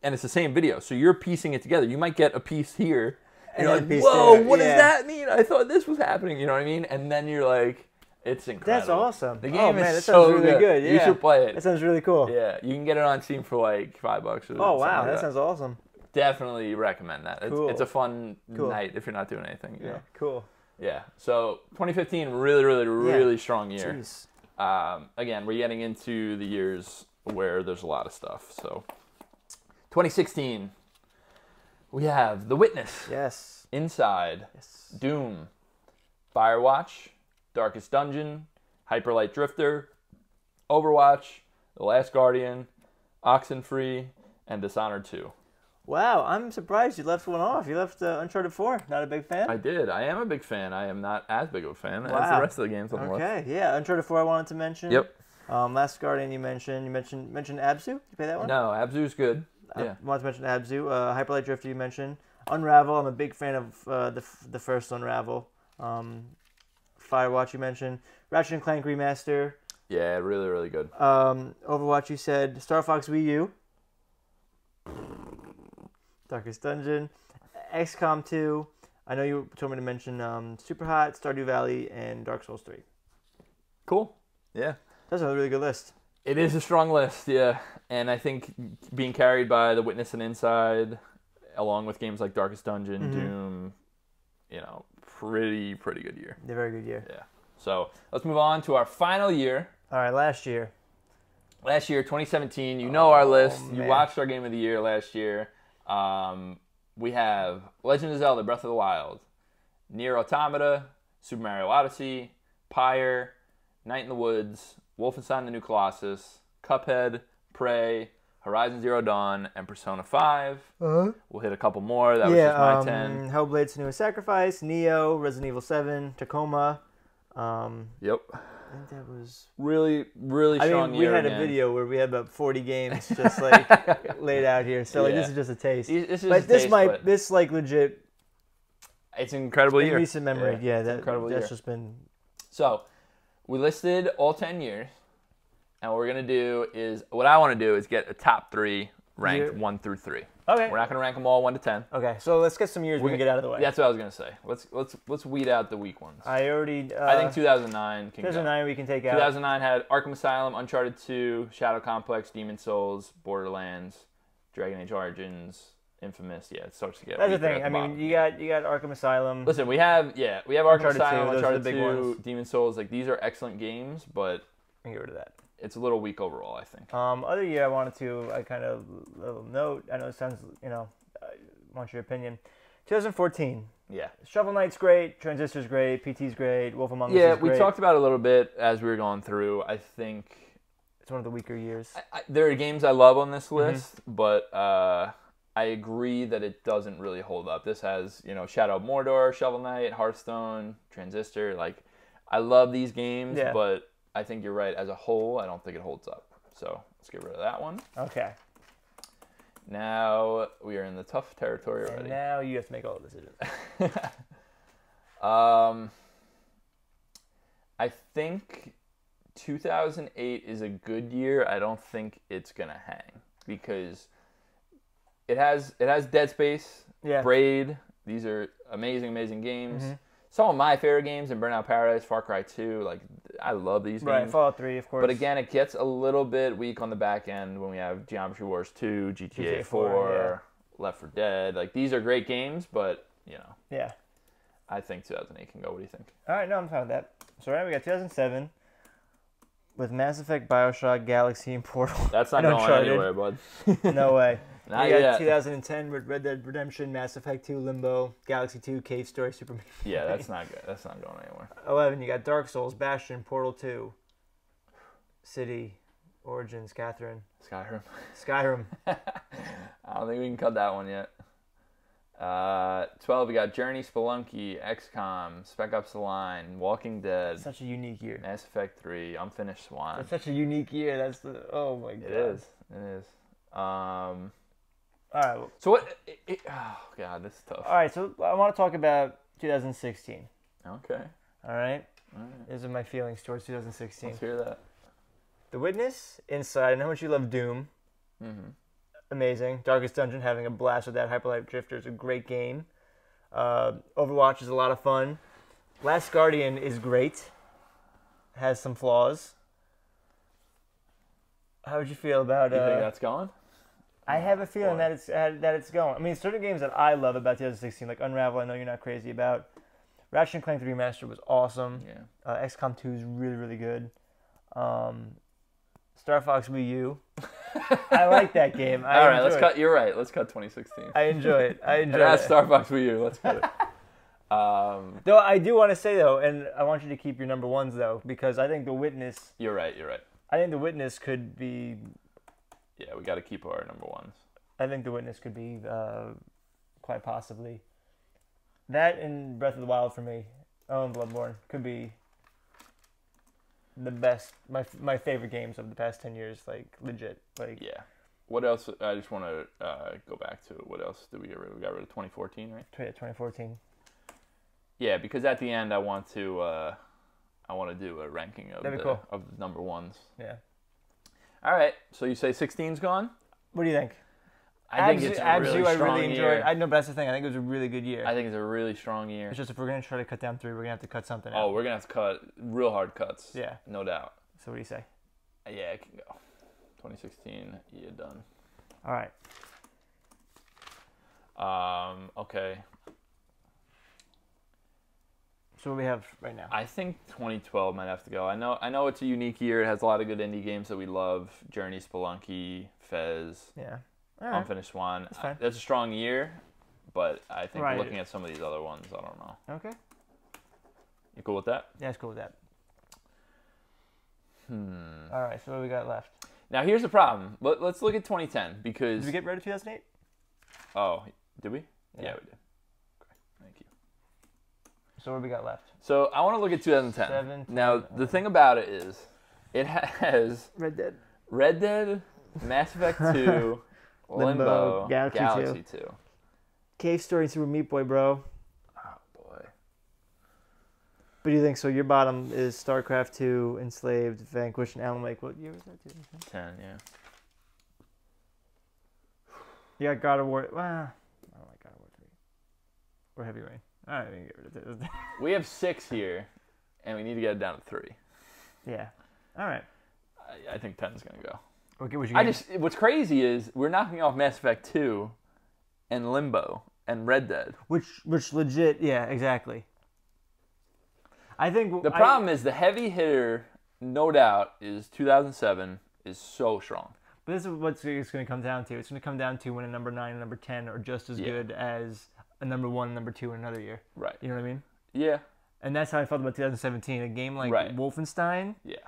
and it's the same video. So you're piecing it together. You might get a piece here, and, And then you're a like, piece "Whoa, there." what Yeah. does that mean? I thought this was happening." You know what I mean? And then you're like, "It's incredible." That's awesome. The game oh is man, that so sounds really good. You yeah. should play it. That sounds really cool. yeah, you can get it on Steam for like five bucks. Or Oh wow, that sounds. sounds awesome. Definitely recommend that. It's, Cool. it's a fun Cool. night if you're not doing anything. You Yeah, know? cool. Yeah. So 2015, really, really, really strong year. Jeez. Um, again, we're getting into the years where there's a lot of stuff. So 2016, we have The Witness, Yes. Inside, Yes. Doom, Firewatch, Darkest Dungeon, Hyperlight Drifter, Overwatch, The Last Guardian, Oxenfree, and Dishonored 2. Wow, I'm surprised you left one off. You left uh, Uncharted 4. Not a big fan. I did. I am a big fan. I am not as big of a fan as Wow. the rest of the games on the list. okay, yeah, Uncharted 4. I wanted to mention. Yep. Um, Last Guardian you mentioned. You mentioned mentioned Abzu. You play that one? No, Abzu's good. I Yeah. wanted to mention Abzu. Uh, Hyperlight Drifter you mentioned. Unravel. I'm a big fan of uh, the f- the first Unravel. Um, Firewatch you mentioned. Ratchet and Clank Remaster. Yeah, really, really good. Um, Overwatch you said. Star Fox Wii U. Darkest Dungeon. XCOM 2. I know you told me to mention um, Super Hot, Stardew Valley, and Dark Souls 3. Cool. Yeah. That's a really good list. It is a strong list, yeah. And I think being carried by The Witness and Inside, along with games like Darkest Dungeon, Mhm. Doom, you know, pretty, pretty good year. They're very good year. Yeah. So let's move on to our final year. All right, last year. Last year, 2017, you know our list. You Oh, man. watched our game of the year last year. Um, we have Legend of Zelda Breath of the Wild, Nier Automata, Super Mario Odyssey, Pyre, Night in the Woods, Wolfenstein the New Colossus, Cuphead, Prey, Horizon Zero Dawn, and Persona 5. Uh-huh. We'll hit a couple more. That yeah, was just my um, 10. Hellblade's New Sacrifice, Neo, Resident Evil 7, Tacoma. Um, Yep. I think that was. Really, really I strong mean, we year had a again. video where we had about 40 games just like laid out here. So like, Yeah. this is just a taste. This- this is but a this taste, might but- this like legit It's an incredible in year. recent memory. Yeah, it's an that, incredible that's year. just been So we listed all 10 years, and what we're going to do is what I want to do is get a top three ranked Year. one through three. okay. We're not going to rank them all one to 10. Okay, so let's get some years we can get out of the way. That's what I was going to say. Let's let's let's weed out the weak ones. I already. Uh, I think 2009 can go. 2009 we can take out. 2009 had Arkham Asylum, Uncharted 2, Shadow Complex, Demon Souls, Borderlands, Dragon Age Origins, Infamous. Yeah, it starts to get. That's the weaker at thing. I mean, bottom. you got you got Arkham Asylum. Listen, we have yeah, we have Arkham Uncharted 2, Asylum, those are Uncharted the big 2, ones. Demon Souls. Like these are excellent games, but Let me get rid of that. it's a little weak overall. I think. Um, other year I wanted to I kind of little note. I know it sounds you know, I want your opinion. 2014. Yeah. Shovel Knight's great. Transistor's great. PT's great. Wolf Among Us. Yeah, is we great. talked about it a little bit as we were going through. I think It's one of the weaker years. I, I, there are games I love on this Mm-hmm. list, but uh, I agree that it doesn't really hold up. This has, you know, Shadow of Mordor, Shovel Knight, Hearthstone, Transistor. Like, I love these games, Yeah. but I think you're right. As a whole, I don't think it holds up. So let's get rid of that one. Okay. Now we are in the tough territory And already. now you have to make all the decisions. Um, I think 2008 is a good year. I don't think it's gonna hang because it has it has Dead Space, Yeah. Braid. These are amazing, amazing games. Mhm. Some of my favorite games in Burnout Paradise, Far Cry 2. Like I love these Right. games. Fallout 3, of course. But again, it gets a little bit weak on the back end when we have Geometry Wars 2, GTA, GTA 4, 4, Left 4 Dead. Like these are great games, but you know, Yeah. I think 2008 can go. What do you think? All right. No, I'm fine with that. So right, we got 2007 with Mass Effect, Bioshock, Galaxy, and Portal. That's not And going Uncharted. anywhere, bud. no way. Not we got yet. 2010 with Red Dead Redemption, Mass Effect 2, Limbo, Galaxy 2, Cave Story, Superman. Yeah, that's not good. That's not going anywhere. 11, you got Dark Souls, Bastion, Portal 2, City, Origins, Catherine, Skyrim. Skyrim. I don't think we can cut that one yet. Uh, 12, we got Journey, Spelunky, XCOM, Spec Ops The Line, Walking Dead, Such a unique year. Mass Effect 3, Unfinished Swan. That's such a unique year. That's the oh my god. It is. It is. Um, All right. Well, so what? It, it, oh, God, this is tough. all right. So I want to talk about 2016. Okay. All right. All right. These are my feelings towards 2016. Let's hear that. The Witness, Inside, and how much you love Doom. Mm-hmm. amazing. Darkest Dungeon, having a blast with that. Hyperlight Drifter is a great game. Uh, Overwatch is a lot of fun. Last Guardian is great. Has some flaws. How would you feel about? You think Uh, that's gone? I have a feeling Or- that it's uh, that it's going. I mean, certain games that I love about 2016, like Unravel. I know you're not crazy about. Ratchet and Clank 3 Remastered was awesome. Yeah. Uh, XCOM 2 is really, really good. Um, Star Fox Wii U. I like that game. I All right, let's enjoy it. cut. You're right. Let's cut 2016. I enjoy it. I and enjoy it. that's Star Fox Wii U. Let's cut it. um, Though I do want to say though, and I want you to keep your number ones though, because I think the witness, you're right. You're right. I think the witness could be, Yeah, we got to keep our number ones. I think the witness could be, uh, quite possibly, that and Breath of the Wild for me. Oh, and Bloodborne could be the best, my my favorite games of the past ten years. Like legit, like Yeah. What else? I just want to uh, go back to what else did we get rid of? We got rid of 2014, right? twenty fourteen. Yeah, because at the end I want to uh, I want to do a ranking of That'd the, be cool. of the number ones. Yeah. All right. So you say 16's gone? What do you think? I think it's a Abzu- really Abzu strong I really enjoyed. year. I know, but that's the thing. I think it was a really good year. I think it's a really strong year. it's just if we're gonna try to cut down three, we're gonna have to cut something out. Oh, we're gonna have to cut real hard cuts. Yeah. No doubt. So what do you say? Yeah, it can go. 2016, yeah, done. All right. Um, okay. So what do we have right now? I think 2012 might have to go. I know. I know it's a unique year. It has a lot of good indie games that we love. Journey, Spelunky, Fez, Yeah. All right. Unfinished Swan. That's fine. I- that's a strong year, but I think Right. looking at some of these other ones, I don't know. Okay. You cool with that? Yeah, it's cool with that. Hmm. All right. So what do we got left? Now here's the problem. Let, let's look at 2010 because Did we get rid of 2008? oh, did we? Yeah, Yeah. we did. Okay, thank you. So what do we got left? So I want to look at 2010. Seven, now ten, the thing about it is, it has Red Dead. Red Dead, Mass Effect 2, Limbo, Limbo, Galaxy 2. Cave Story and Super Meat Boy, bro. Oh boy. What do you think? So your bottom is StarCraft 2, Enslaved, Vanquished, and Alan Wake. What year was that? 2010? 10, yeah. You got God of War. Wow. I don't like God of War 3. Or Heavy Rain. All right, we can get rid of this. We have six here, and we need to get it down to three. yeah. All right. I, I think 10's going to go. Okay, what you I got? just, what's crazy is we're knocking off Mass Effect 2 and Limbo and Red Dead. which which legit? Yeah, exactly. I think The I- problem is the heavy hitter, no doubt, is 2007 is so strong. But this is what's it's going to come down to. It's going to come down to when a number nine and number ten are just as Yeah. good as a number one, and number two in another year. Right. You know what I mean? Yeah. And that's how I felt about 2017. A game like Right. Wolfenstein, Yeah.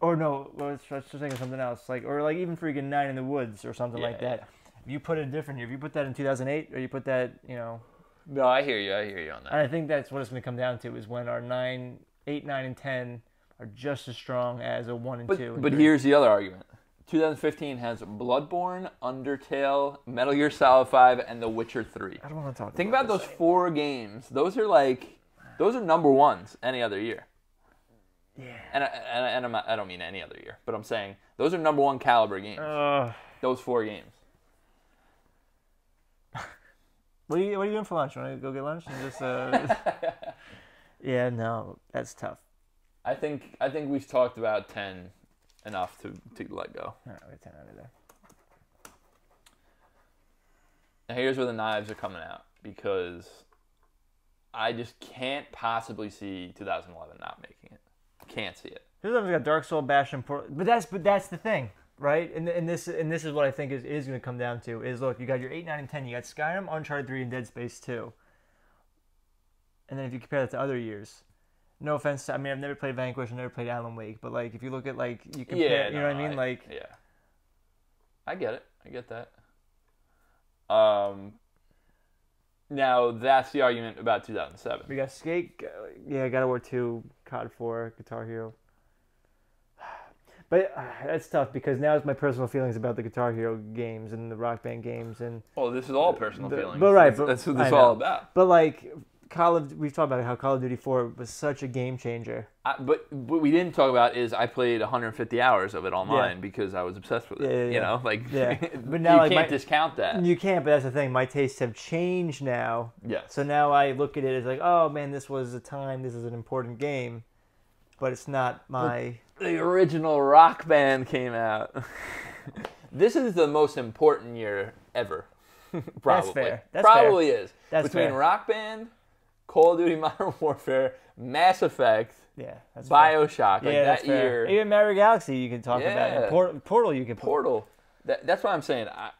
or no, let's, let's just think of something else. Like or like even freaking Nine in the Woods or something like Yeah, that. If you put it a different year, if you put that in 2008, or you put that, you know, No, I hear you. I hear you on that. and I think that's what it's going to come down to is when our nine, eight, nine, and ten are just as strong as a one and two. But, and but three. here's the other argument. 2015 has Bloodborne, Undertale, Metal Gear Solid 5, and The Witcher 3. I don't want to talk. Think about about those four games. Those are like, those are number ones any other year. those. Yeah. And I, and, I, and I'm not, I don't mean any other year, but I'm saying those are number one caliber games. Ugh. those four games. What are you What are you doing for lunch? Want to go get lunch and just? Uh... yeah, no, that's tough. I think I think we've talked about 10 enough to, to let go. All right, we're ten out of there. Now here's where the knives are coming out because I just can't possibly see 2011 not making it. Can't see it. Here's what we got: Dark Soul, Bash, and Portal. But that's but that's the thing, right? And and this and this is what I think is is going to come down to is look, you got your eight, nine, and ten. You got Skyrim, Uncharted three, and Dead Space two. And then if you compare that to other years, no offense, to, I mean I've never played Vanquish, I've never played Alan Wake, but like if you look at like you compare, you know no, what I mean? like yeah, I get it. I get that. Um, Now that's the argument about 2007. We got skate. g- Yeah, God of War two, COD four, Guitar Hero. But uh, that's tough because now it's my personal feelings about the Guitar Hero games and the Rock Band games and Well, this is all personal the- feelings. but right, That's- but- that's what I this is know. all about. but like Call of we've talked about how Call of Duty four was such a game changer. I, but what we didn't talk about is I played 150 hours of it online because I was obsessed with it. Yeah, yeah, you yeah. know, like Yeah. But but now, you like, can't my- Mm. discount that. You can't, but that's the thing. My tastes have changed now. yes. So now I look at it as like, oh man, this was a time. This is an important game, but it's not my. the original Rock Band came out. this is the most important year ever. Probably. fair. That's Probably is. That's Between fair. Rock Band, Call of Duty Modern Warfare, Mass Effect, yeah, that's fair. BioShock, like yeah, that's that year, fair. Even Mario Galaxy, you can talk about. Yeah. And Portal, Portal, you can Portal. That, that's what I'm saying. I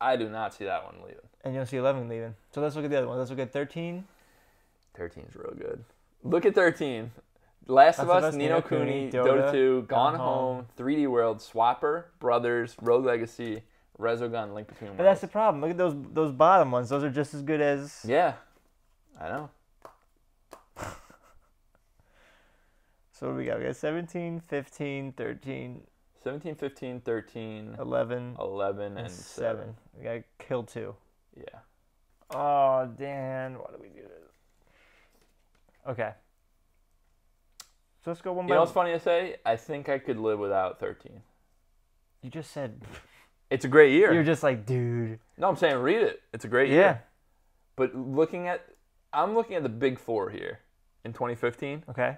I do not see that one leaving. and you'll see eleven leaving. So let's look at the other one. Let's look at thirteen. 13's real good. Look at 13. Last of Last Us, Nino Cooney, Dota, 2, Gone Home, 3D World, Swapper, Brothers, Rogue Legacy, Resogun, Link Between Worlds. But that's the problem. Look at those those bottom ones. Those are just as good as. Yeah, I know. So what do we got? We got 17, 15, 13, 17, 15, 13, 11, 11, and and 7. 7. We got kill two. Yeah. Oh, Dan, why do we do this? Okay. So let's go one You by know what's one. funny to say? I think I could live without 13. You just said It's a great year. you're just like, dude. No, I'm saying read it. It's a great year. Yeah. But looking at, I'm looking at the big four here in 2015. Okay.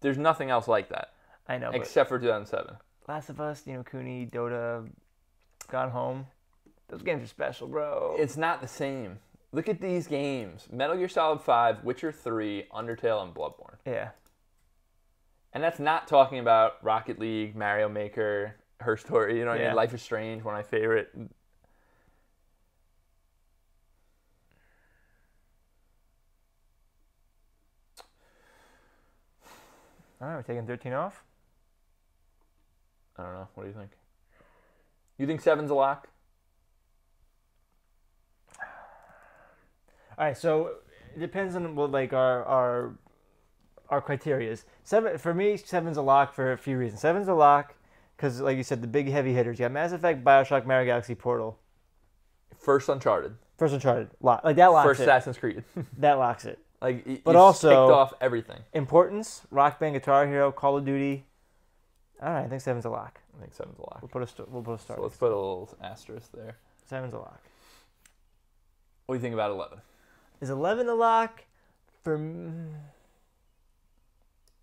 There's nothing else like that I know. But except for 2007. Last of Us, Nino Cooney, Dota, Gone Home. Those games are special, bro. It's not the same. Look at these games: Metal Gear Solid Five, Witcher Three, Undertale, and Bloodborne. yeah. And that's not talking about Rocket League, Mario Maker, Her Story. You know what I Yeah. mean? Life is Strange, one of my favorite. All right, we're taking 13 off. I don't know. What do you think? You think Seven's a lock? All right, so it depends on what like our our our criteria is. Seven for me, seven's a lock for a few reasons. Seven's a lock because, like you said, the big heavy hitters. You got Mass Effect, Bioshock, Mario Galaxy, Portal, First Uncharted, First Uncharted, lock like that locks first it. Assassin's Creed. That locks it. like, y- But you also- ticked off everything. Importance, Rock Band, Guitar Hero, Call of Duty. All right, I think seven's a lock. I think Seven's a lock. We'll put a st- we'll put a So star. let's put a little asterisk there. seven's a lock. What do you think about Eleven? Is eleven a lock? For m-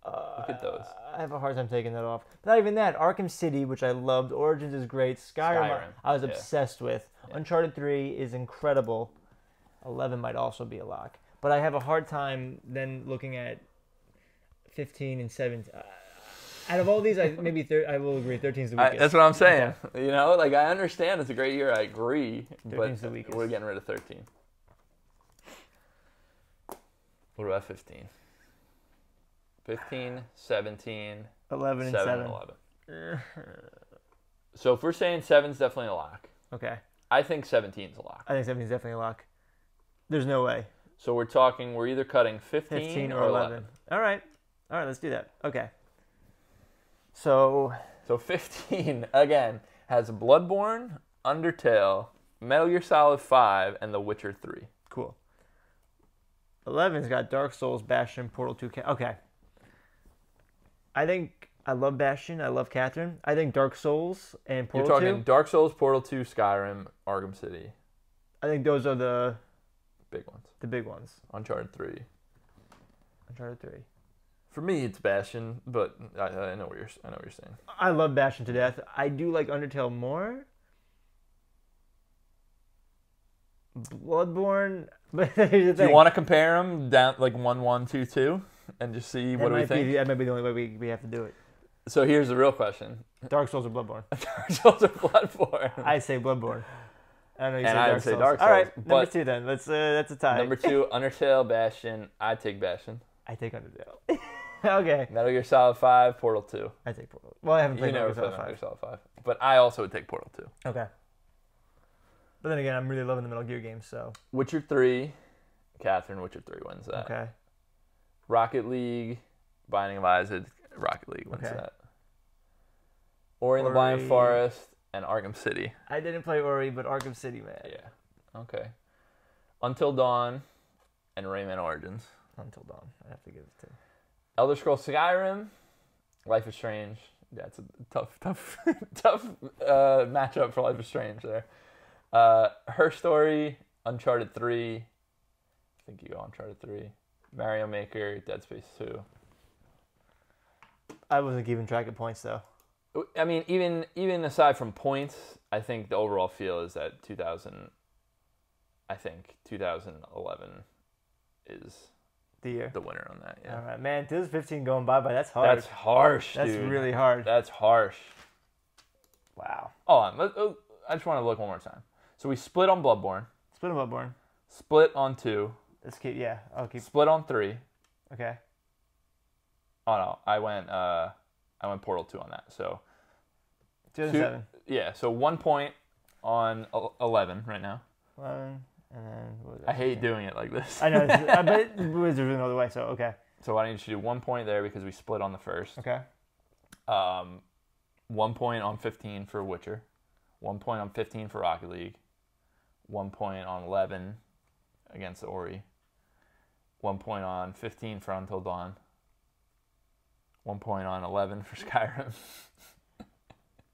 uh, Look at those. I have a hard time taking that off. Not even that. Arkham City, which I loved. Origins is great. Skyrim, I- Skyrim, I was yeah. obsessed with. Yeah. Uncharted Three is incredible. Eleven might also be a lock, but I have a hard time then looking at fifteen and seventeen. Uh, out of all these, I maybe thir- I will agree thirteen is the I, weakest. that's what I'm saying. You know, like I understand it's a great year. I agree, 13's but the weakest. we're getting rid of 13. What about 15? 15, 17, Eleven 7, and 11. So if we're saying seven's definitely a lock, Okay, I think 17's a lock. I think seventeen is definitely a lock. There's no way. So we're talking, we're either cutting 15, 15 or 11. All right. All right, let's do that. Okay. So, So 15, again, has Bloodborne, Undertale, Metal Gear Solid 5, and The Witcher 3. cool. 11's got Dark Souls, Bastion, Portal 2. Ca- Okay. I think I love Bastion. I love Catherine. I think Dark Souls and Portal You're talking 2. Dark Souls, Portal 2, Skyrim, Arkham City, I think those are the big ones. the big ones. Uncharted 3. Uncharted 3. For me, it's Bastion, but I, I know what you're I know what you're saying. I love Bastion to death. I do like Undertale more. Bloodborne. But here's the Do thing. you want to compare them down like one, one, two, two, and just see that what do we might be think? the- that might be the only way we, we have to do it. So here's the real question: Dark Souls or Bloodborne? Dark Souls or Bloodborne? I say Bloodborne. I know And you say I Dark would say Souls. Dark All right, Souls, number but- two then. Let's uh, that's a tie. Number two, Undertale, Bastion. I take Bastion. I take Undertale. okay, Metal Gear Solid Five, Portal Two. I take Portal. Well, I haven't You played never Dark played Souls Metal Gear Five. Solid Five, but I also would take Portal Two. Okay, But then again, I'm really loving the Metal Gear games, so Witcher three, Catherine. Witcher three wins that. okay. Rocket League, Binding of Isaac. Rocket League wins Okay. that. Ori and the Ori. Blind Forest and Arkham City. I didn't play Ori, but Arkham City, man. Yeah. Okay. Until Dawn, and Rayman Origins. Until Dawn, I have to give it to. Elder Scrolls Skyrim, Life is Strange. That's a tough, tough, tough uh, matchup for Life is Strange there. Uh, Her Story, Uncharted 3. I think you go Uncharted 3. Mario Maker, Dead Space 2. I wasn't keeping track of points though. I mean, even even aside from points, I think the overall feel is that 2000. I think 2011 is The year. the winner on that. Yeah, All right, man. 2015 going bye bye. That's hard. that's harsh, Uh, That's dude. really hard. that's harsh. wow. Hold on. Let, oh, I just want to look one more time. So we split on Bloodborne, Split them up, Born. split on two, Let's keep. Yeah, I'll keep. split on three. Okay. Oh no, I went. Uh, I went Portal two on that. So 2007. yeah, so one point on el- eleven right now. 11, and then. What was I hate doing it like this. I know. this is- uh, I bet Wizards are going the other way. So okay. So I need you to do one point there because we split on the first. Okay. Um, one point on 15 for Witcher. One point on 15 for Rocket League. One point on 11 against Ori. One point on 15 for Until Dawn. One point on 11 for Skyrim.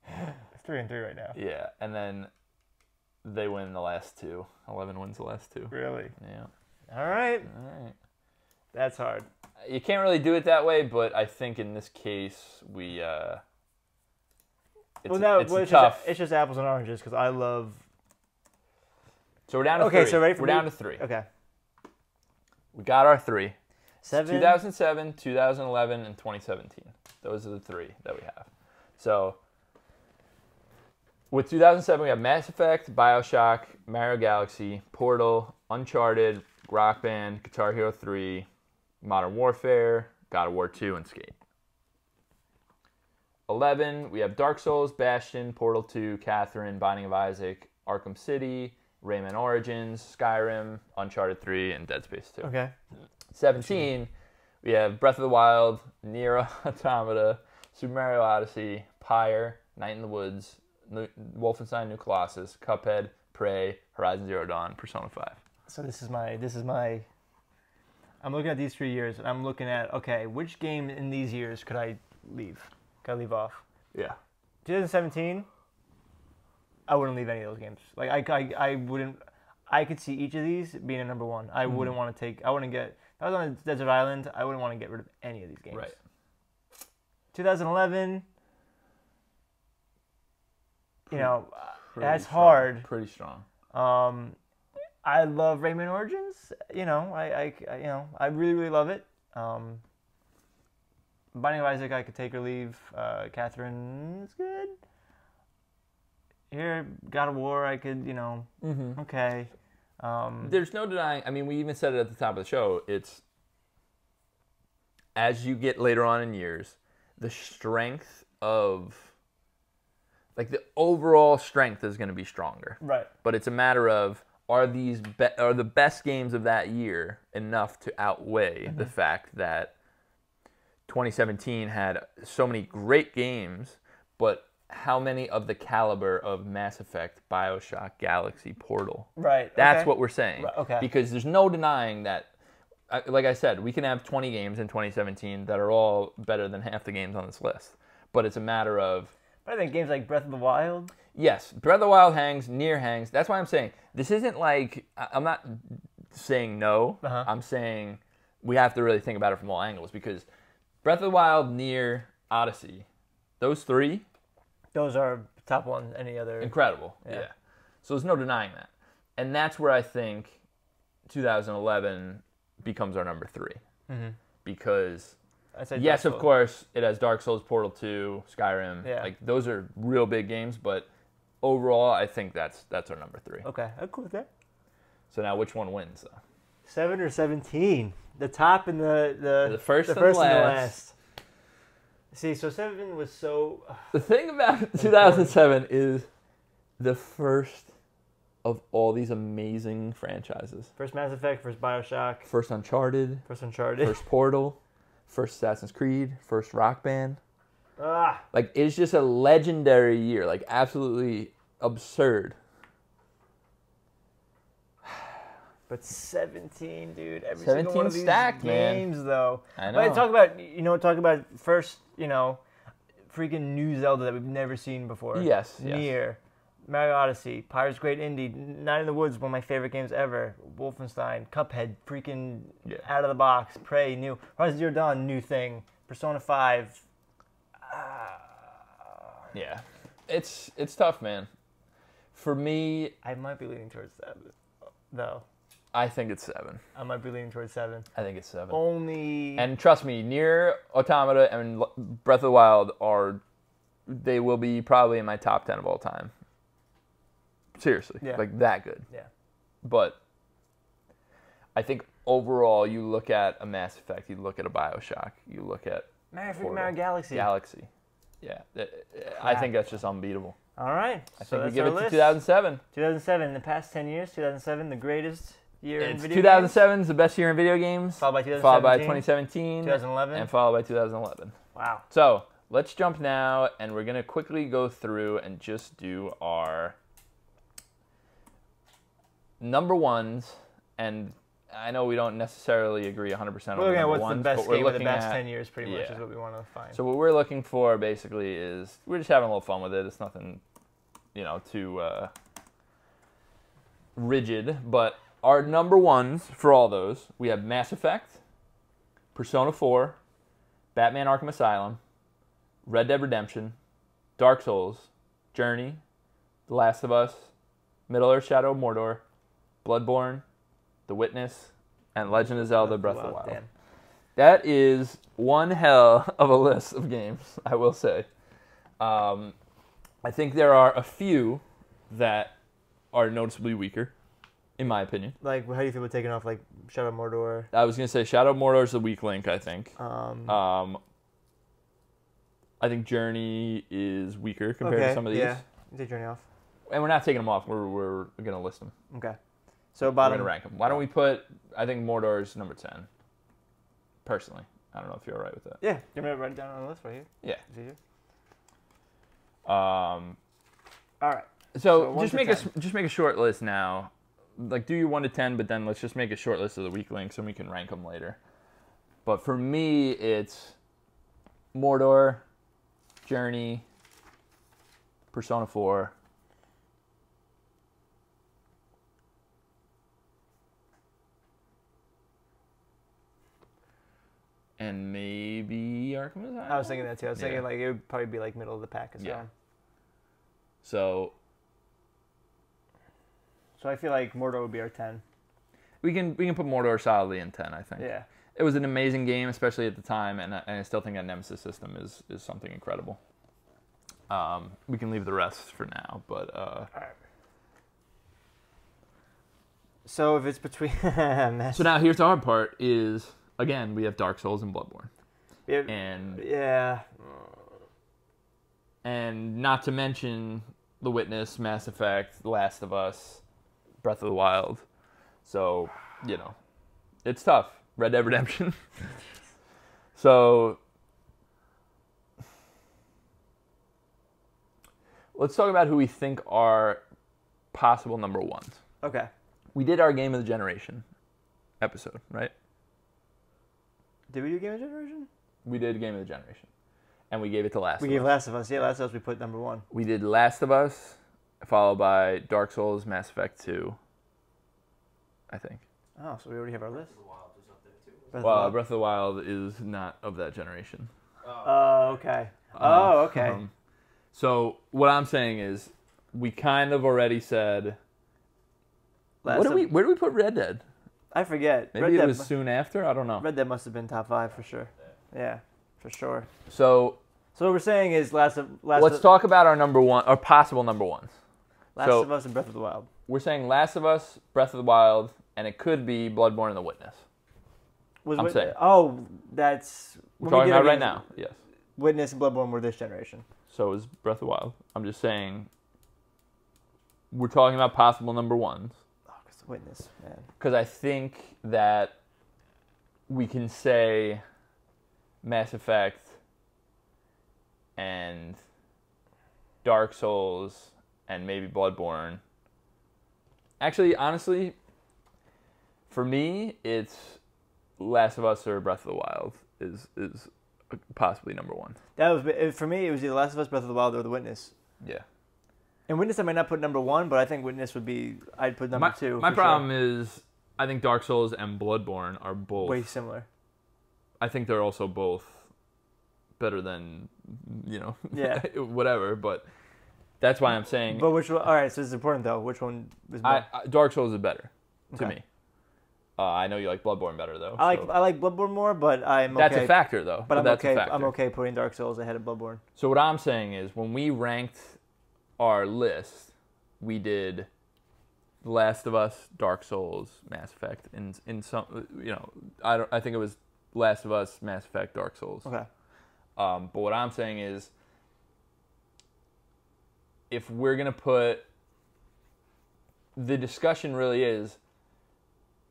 It's three and three right now. yeah, and then they win the last two. 11 wins the last two. Really. Yeah. All right. All right. That's hard. you can't really do it that way, but I think in this case we uh it's, well, no, it's well, it's, tough. Just, it's just apples and oranges because I love. so we're down to Okay, three. so ready for we're me? down to three. Okay. We got our three. Seven. 2007, 2011, and 2017. Those are the three that we have. So with 2007, we have Mass Effect, Bioshock, Mario Galaxy, Portal, Uncharted, Rock Band, Guitar Hero 3, Modern Warfare, God of War 2, and Skate. 11, we have Dark Souls, Bastion, Portal 2, Catherine, Binding of Isaac, Arkham City, Rayman Origins, Skyrim, Uncharted 3, and Dead Space 2. Okay. 17, we have Breath of the Wild, Nier Automata, Super Mario Odyssey, Pyre, Night in the Woods, Nu- Wolfenstein New Colossus, Cuphead, Prey, Horizon Zero Dawn, Persona 5. So this is my this is my. I'm looking at these three years, and I'm looking at okay, which game in these years could I leave? Could I leave off? Yeah. 2017. I wouldn't leave any of those games. Like I, I, I wouldn't. I could see each of these being a number one. I wouldn't want to take. I wouldn't get. If I was on a desert island, I wouldn't want to get rid of any of these games. Right. 2011. You know, uh, that's strong- hard. Pretty strong. Um, I love Rayman Origins. You know, I, I, I- you know, I really, really love it. Um, Binding of Isaac, I could take or leave. Uh, Catherine is good. Here, God of War, I could, you know, Mm-hmm. okay. Um, There's no denying, I mean, we even said it at the top of the show. It's as you get later on in years, the strength of, like, the overall strength is going to be stronger. right. but it's a matter of are these be- are the best games of that year enough to outweigh the Mm-hmm. fact that 2017 had so many great games, but how many of the caliber of Mass Effect, BioShock, Galaxy, Portal? Right. That's okay. what we're saying. Right, okay. Because there's no denying that, I- like I said, we can have 20 games in 2017 that are all better than half the games on this list. But it's a matter of But I think games like Breath of the Wild. Yes, Breath of the Wild hangs, near hangs. That's why I'm saying this isn't like I- I'm not saying no. Uh-huh. I'm saying we have to really think about it from all angles because Breath of the Wild, near Odyssey, those three Those are top one. Any other? incredible. Yeah. yeah. So there's no denying that, and that's where I think 2011 becomes our number 3 because I Mm-hmm. say yes, of Dark Souls. course, it has Dark Souls, Portal 2, Skyrim. Yeah. Like those are real big games, but overall, I think that's that's our number three. Okay, I'm cool with that. So now, which one wins? Though? Seven or seventeen? The top and the the, The first and last. See, so seven was so The thing about 2007 is the first of all these amazing franchises. First Mass Effect, first Bioshock, First Uncharted, first Uncharted. first Portal, first Assassin's Creed, first Rock Band. ah, Like it's just a legendary year, like absolutely absurd. but 17, dude. 17 Every single one of these stacked, man. games, though. I But talk about you know talk about first you know freaking new Zelda that we've never seen before. Yes, yes. Nier, Mario Odyssey, Pirates Great Indy, Night in the Woods, one of my favorite games ever. Wolfenstein, Cuphead, freaking Yeah. out of the box. Prey, new Horizon Zero Dawn, new thing. Persona Five. Ah. Yeah. It's it's tough, man. For me, I might be leaning towards seven, though. I think it's seven. I might be leaning towards seven. I think it's seven. Only And trust me, near Automata and L- Breath of the Wild are they will be probably in my top ten of all time. Seriously, Yeah. like that good. yeah, But I think overall, you look at a Mass Effect, you look at a Bioshock, you look at Mario freaking Portal. Mario Galaxy. Galaxy. Yeah, th- I think that's just unbeatable. All right, I think so we that's give our it list. to 2007. 2007. In the past 10 years, 2007 the greatest year in It's video 2007 is the best year in video games, Followed by followed by 2017, 2017, 2011. and followed by 2011. Wow. So let's jump now, and we're gonna quickly go through and just do our number ones. And I know we don't necessarily agree 100% on We're the looking at number what's ones, the best but we're game of the looking best at 10 years, pretty much, yeah. is what we want to find. So what we're looking for basically is we're just having a little fun with it. It's nothing, you know, too uh, rigid. But our number ones for all those we have Mass Effect, Persona 4, Batman: Arkham Asylum, Red Dead Redemption, Dark Souls, Journey, The Last of Us, Middle Earth: Shadow of Mordor, Bloodborne, The Witness, and Legend of Zelda: Breath of the Wild. damn. That is one hell of a list of games, I will say. Um, I think there are a few that are noticeably weaker, in my opinion. Like, how do you feel about taking off, like, Shadow of Mordor? I was going to say Shadow of Mordor is the weak link, I think. Um, Um, I think Journey is weaker compared okay, to some of these. Yeah. You Take Journey off. And we're not taking them off, we're, we're going to list them. Okay. So, We're bottom. going to rank them. Why don't we put, I think Mordor is number 10, personally. I don't know if you're all right with that. Yeah. You want me to write it down on the list right here? Yeah. It's easier. Um, All right. So So, one just to make us 10. just make a short list now. Like do your one to ten, but then let's just make a short list of the weak links and we can rank them later. But for me, it's Mordor, Journey, Persona Four. And maybe Arkham Asylum. I was thinking that too. I was Yeah. thinking, like, it would probably be, like, middle of the pack as Yeah. well. So So, I feel like Mordor would be our 10. we can we can put Mordor solidly in ten, I think. Yeah. it was an amazing game, especially at the time, and I, and I still think that Nemesis system is is something incredible. Um, we can leave the rest for now, but uh, So, if it's between. Mass- so now here's the hard part: is again we have Dark Souls and Bloodborne, yeah, and yeah. and not to mention The Witness, Mass Effect, The Last of Us, Breath of the Wild. So you know, it's tough. Red Dead Redemption. so let's talk about who we think are possible number ones. Okay. We did our Game of the Generation episode, right? Did we do Game of Generation? We did Game of the Generation, and we gave it to Last. We of gave Us. Last of Us. Yeah, Last of Us we put number one. We did Last of Us, followed by Dark Souls, Mass Effect 2. I think. Oh, so we already have our list. Well, Breath of the Wild is up there too. Breath of the Wild is not of that generation. Oh, okay. Oh, okay. Uh, Um, so what I'm saying is, we kind of already said. Last what do of- we? Where do we put Red Dead? I forget. Maybe Red, it Dead, was soon after. I don't know. Red Dead must have been top five for sure. Yeah, for sure. So So what we're saying is Last of Last, let's of, talk about our number one, our possible number ones. Last so- of Us and Breath of the Wild. We're saying Last of Us, Breath of the Wild, and it could be Bloodborne and The Witness. Was I'm Wit- saying. Oh, that's We're when we talking did our about right now. games, Yes. Witness and Bloodborne were this generation. So is Breath of the Wild. I'm just saying we're talking about possible number ones Oh, 'cause the witness, man. because I think that we can say Mass Effect and Dark Souls and maybe Bloodborne. Actually, honestly, for me, it's Last of Us or Breath of the Wild is is possibly number one. That was it- for me. It was either Last of Us, Breath of the Wild, or The Witness. Yeah. And Witness, I might not put number one, but I think Witness would be. I'd put number my two. my for problem is I think Dark Souls and Bloodborne are both Sure. Way similar. I think they're also both better than you know Yeah. whatever. But that's why I'm saying But which one? All right, so it's important though. Which one was more? I, I, Dark Souls is better to Okay. me. Uh, I know you like Bloodborne better though. I like so- I like Bloodborne more, but I'm okay. that's a factor though. But I'm that's okay. A factor. I'm okay putting Dark Souls ahead of Bloodborne. So what I'm saying is when we ranked our list, we did The Last of Us, Dark Souls, Mass Effect, and in some you know I don't I think it was Last of Us, Mass Effect, Dark Souls. Okay. Um, but what I'm saying is, if we're gonna put the discussion really is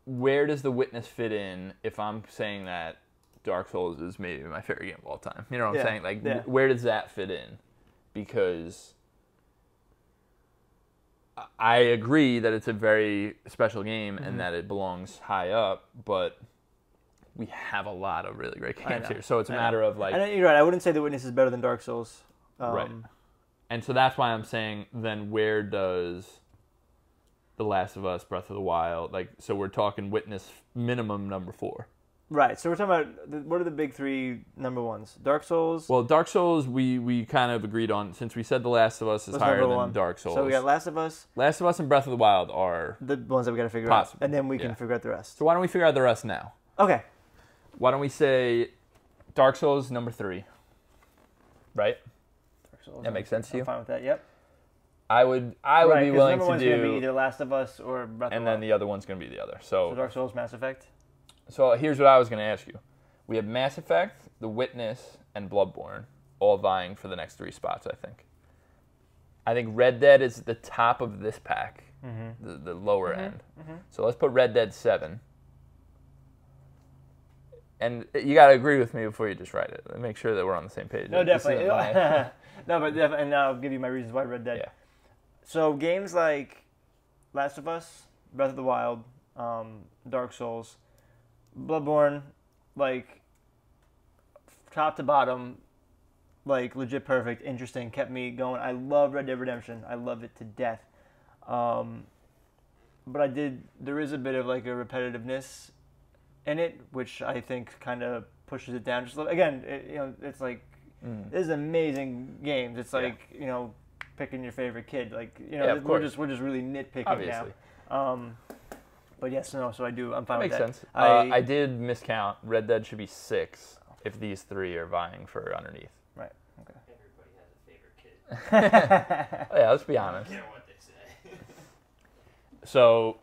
where does the witness fit in if I'm saying that Dark Souls is maybe my favorite game of all time? You know what I'm Yeah, saying? Like, yeah. wh- where does that fit in? Because I- I agree that it's a very special game Mm-hmm. and that it belongs high up, but we have a lot of really great I games know, here. So it's a I know. matter of like I know, you're right. I wouldn't say The Witness is better than Dark Souls. Um, Right. And so that's why I'm saying then where does The Last of Us, Breath of the Wild, like so we're talking witness minimum number four. Right. So we're talking about the, what are the big three number ones? Dark Souls. Well, Dark Souls we we kind of agreed on since we said The Last of Us is was higher number than one. Dark Souls. So we got Last of Us, Last of Us and Breath of the Wild are the ones that we got to figure Possible, out, and then we can yeah. figure out the rest. so why don't we figure out the rest now? Okay. Why don't we say Dark Souls number three? Right? Dark Souls, That makes sense to I'm you? fine with that. Yep. I would I would right, be 'cause willing number to one's gonna be do either Last of Us or Breath and of then the other one's gonna be the other. So So Dark Souls, Mass Effect. So here's what I was going to ask you. We have Mass Effect, The Witness, and Bloodborne all vying for the next three spots, I think. I think Red Dead is at the top of this pack, the, the lower Mm-hmm. end. So let's put Red Dead 7. And you got to agree with me before you just write it. Make sure that we're on the same page. No, This definitely. isn't my- no, but definitely. And I'll give you my reasons why Red Dead. Yeah. So games like Last of Us, Breath of the Wild, um, Dark Souls, Bloodborne, like top to bottom, like legit perfect, interesting, kept me going. I love Red Dead Redemption. I love it to death. Um, but I did. There is a bit of like a repetitiveness in it, which I think kind of pushes it down just a little. Again, it, you know, it's like Mm. this is amazing games. It's Yeah. like you know, picking your favorite kid. Like you know, Yeah, of we're course. just we're just really nitpicking Obviously. now. Um, but yes, no. So I do. I'm fine That makes with that. sense. I, I- uh, I did miscount. Red Dead should be 6 if these three are vying for underneath. Right. Everybody has a favorite kid. Oh, yeah, let's be honest. Care what they say. So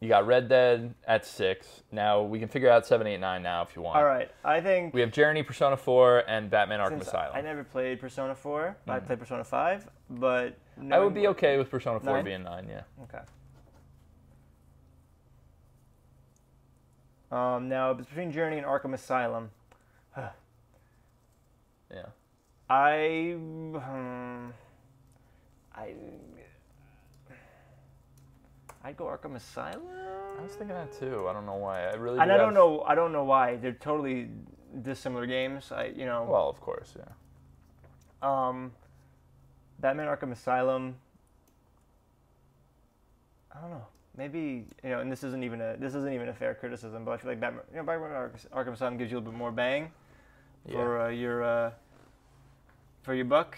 you got Red Dead at six. Now we can figure out seven, eight, nine now if you want. All right. I think We have Journey, Persona 4, and Batman Arkham since Asylum. I I, never played Persona 4. I played Persona 5, but would be knowing- okay with Persona 4 Nine? being nine, yeah. Okay. Um, now between Journey and Arkham Asylum, Yeah. I, hmm, I, I'd go Arkham Asylum. I was thinking that too. I don't know why. I really And do I have- don't know. I don't know why they're totally dissimilar games. I, you know, Well, of course, yeah. um, Batman Arkham Asylum. I don't know. Maybe you know, and this isn't even a this isn't even a fair criticism, but I feel like Batman, you know, Batman Ark- Arkham Asylum gives you a little bit more bang Yeah. for uh, your uh, for your buck.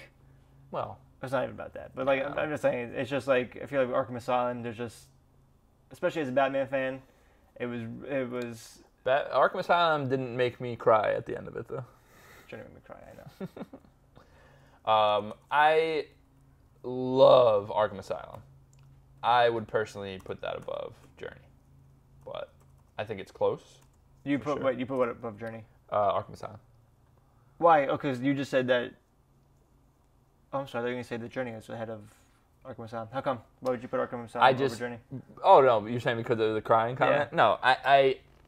well, It's not even about that, but like I'm, I'm just saying, it's just like I feel like Arkham Asylum. There's just, especially as a Batman fan, it was it was Bat- Arkham Asylum didn't make me cry at the end of it, though. trying to make me cry. I know. Um, I love Arkham Asylum. I would personally put that above Journey, but I think it's close. You For put sure. what you put what above Journey? Uh, Arkham Asylum. Why? Oh, because you just said that Oh, I'm sorry. They're going to say that Journey is ahead of Arkham Asylum. How come? Why would you put Arkham Asylum I over just- Journey? Oh no, you're saying because of the crying Yeah. comment? No, I,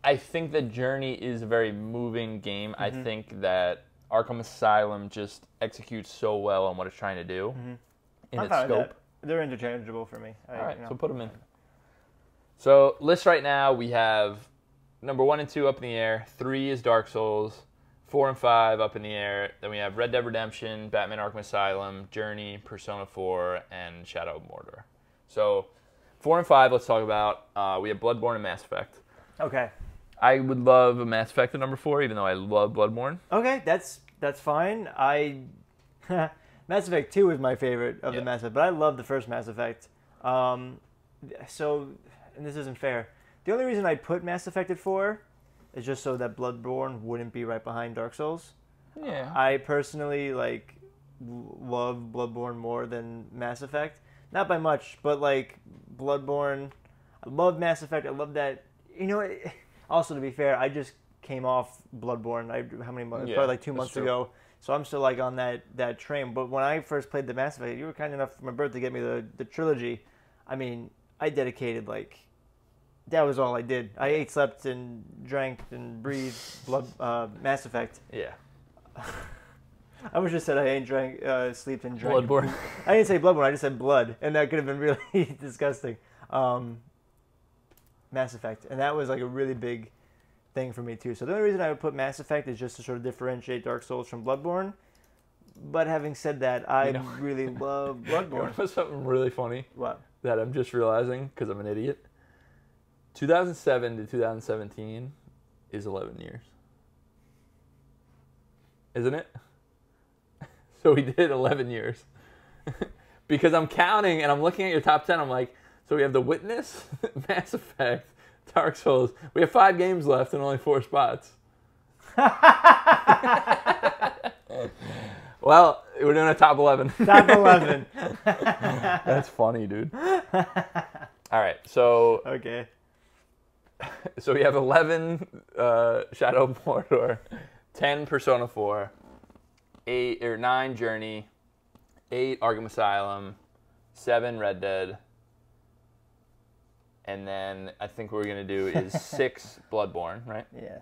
I I think that Journey is a very moving game. I think that Arkham Asylum just executes so well on what it's trying to do in I'm its fine with scope. that. They're interchangeable for me. I, All right, you know. so put them in. So list right now we have number one and two up in the air. Three is Dark Souls. Four and five up in the air. Then we have Red Dead Redemption, Batman: Arkham Asylum, Journey, Persona 4, and Shadow of Mordor. So four and five. Let's talk about. Uh, we have Bloodborne and Mass Effect. Okay. I would love a Mass Effect at number four, even though I love Bloodborne. Okay, that's that's fine. I Mass Effect Two is my favorite of Yeah. the Mass Effect, but I love the first Mass Effect. Um, th- so, and this isn't fair. The only reason I put Mass Effect at four is just so that Bloodborne wouldn't be right behind Dark Souls. Yeah. I personally like l- love Bloodborne more than Mass Effect. Not by much, but like Bloodborne, I love Mass Effect. I love that. You know, it, also to be fair, I just came off Bloodborne. I how many months? Yeah, probably like two that's months true. ago. So I'm still like on that that train. But when I first played the Mass Effect, you were kind enough for my birthday to get me the the trilogy. I mean, I dedicated like that was all I did. I ate, slept, and drank and breathed blood, uh, Mass Effect. yeah. I was just said I ain't drank, uh, sleep and drank. Bloodborne. I didn't say bloodborne. I just said blood, and that could have been really disgusting. Um, Mass Effect, and that was like a really big thing for me too. So the only reason I would put Mass Effect is just to sort of differentiate Dark Souls from Bloodborne. But having said that, I You know- really love You wanna Bloodborne. know something really funny what? that I'm just realizing because I'm an idiot. 2007 to 2017 is 11 years, isn't it? So we did 11 years because I'm counting and I'm looking at your top 10. I'm like, so we have The Witness, Mass Effect, Dark Souls. We have five games left and only four spots. Well, we're doing a top 11. Top eleven. That's funny, dude. All right, so Okay. so we have 11 uh, Shadow of Mordor, 10 Persona 4, 8 or 9 Journey, 8 Arkham Asylum, 7 Red Dead, and then I think what we're going to do is 6 Bloodborne, right? Yeah.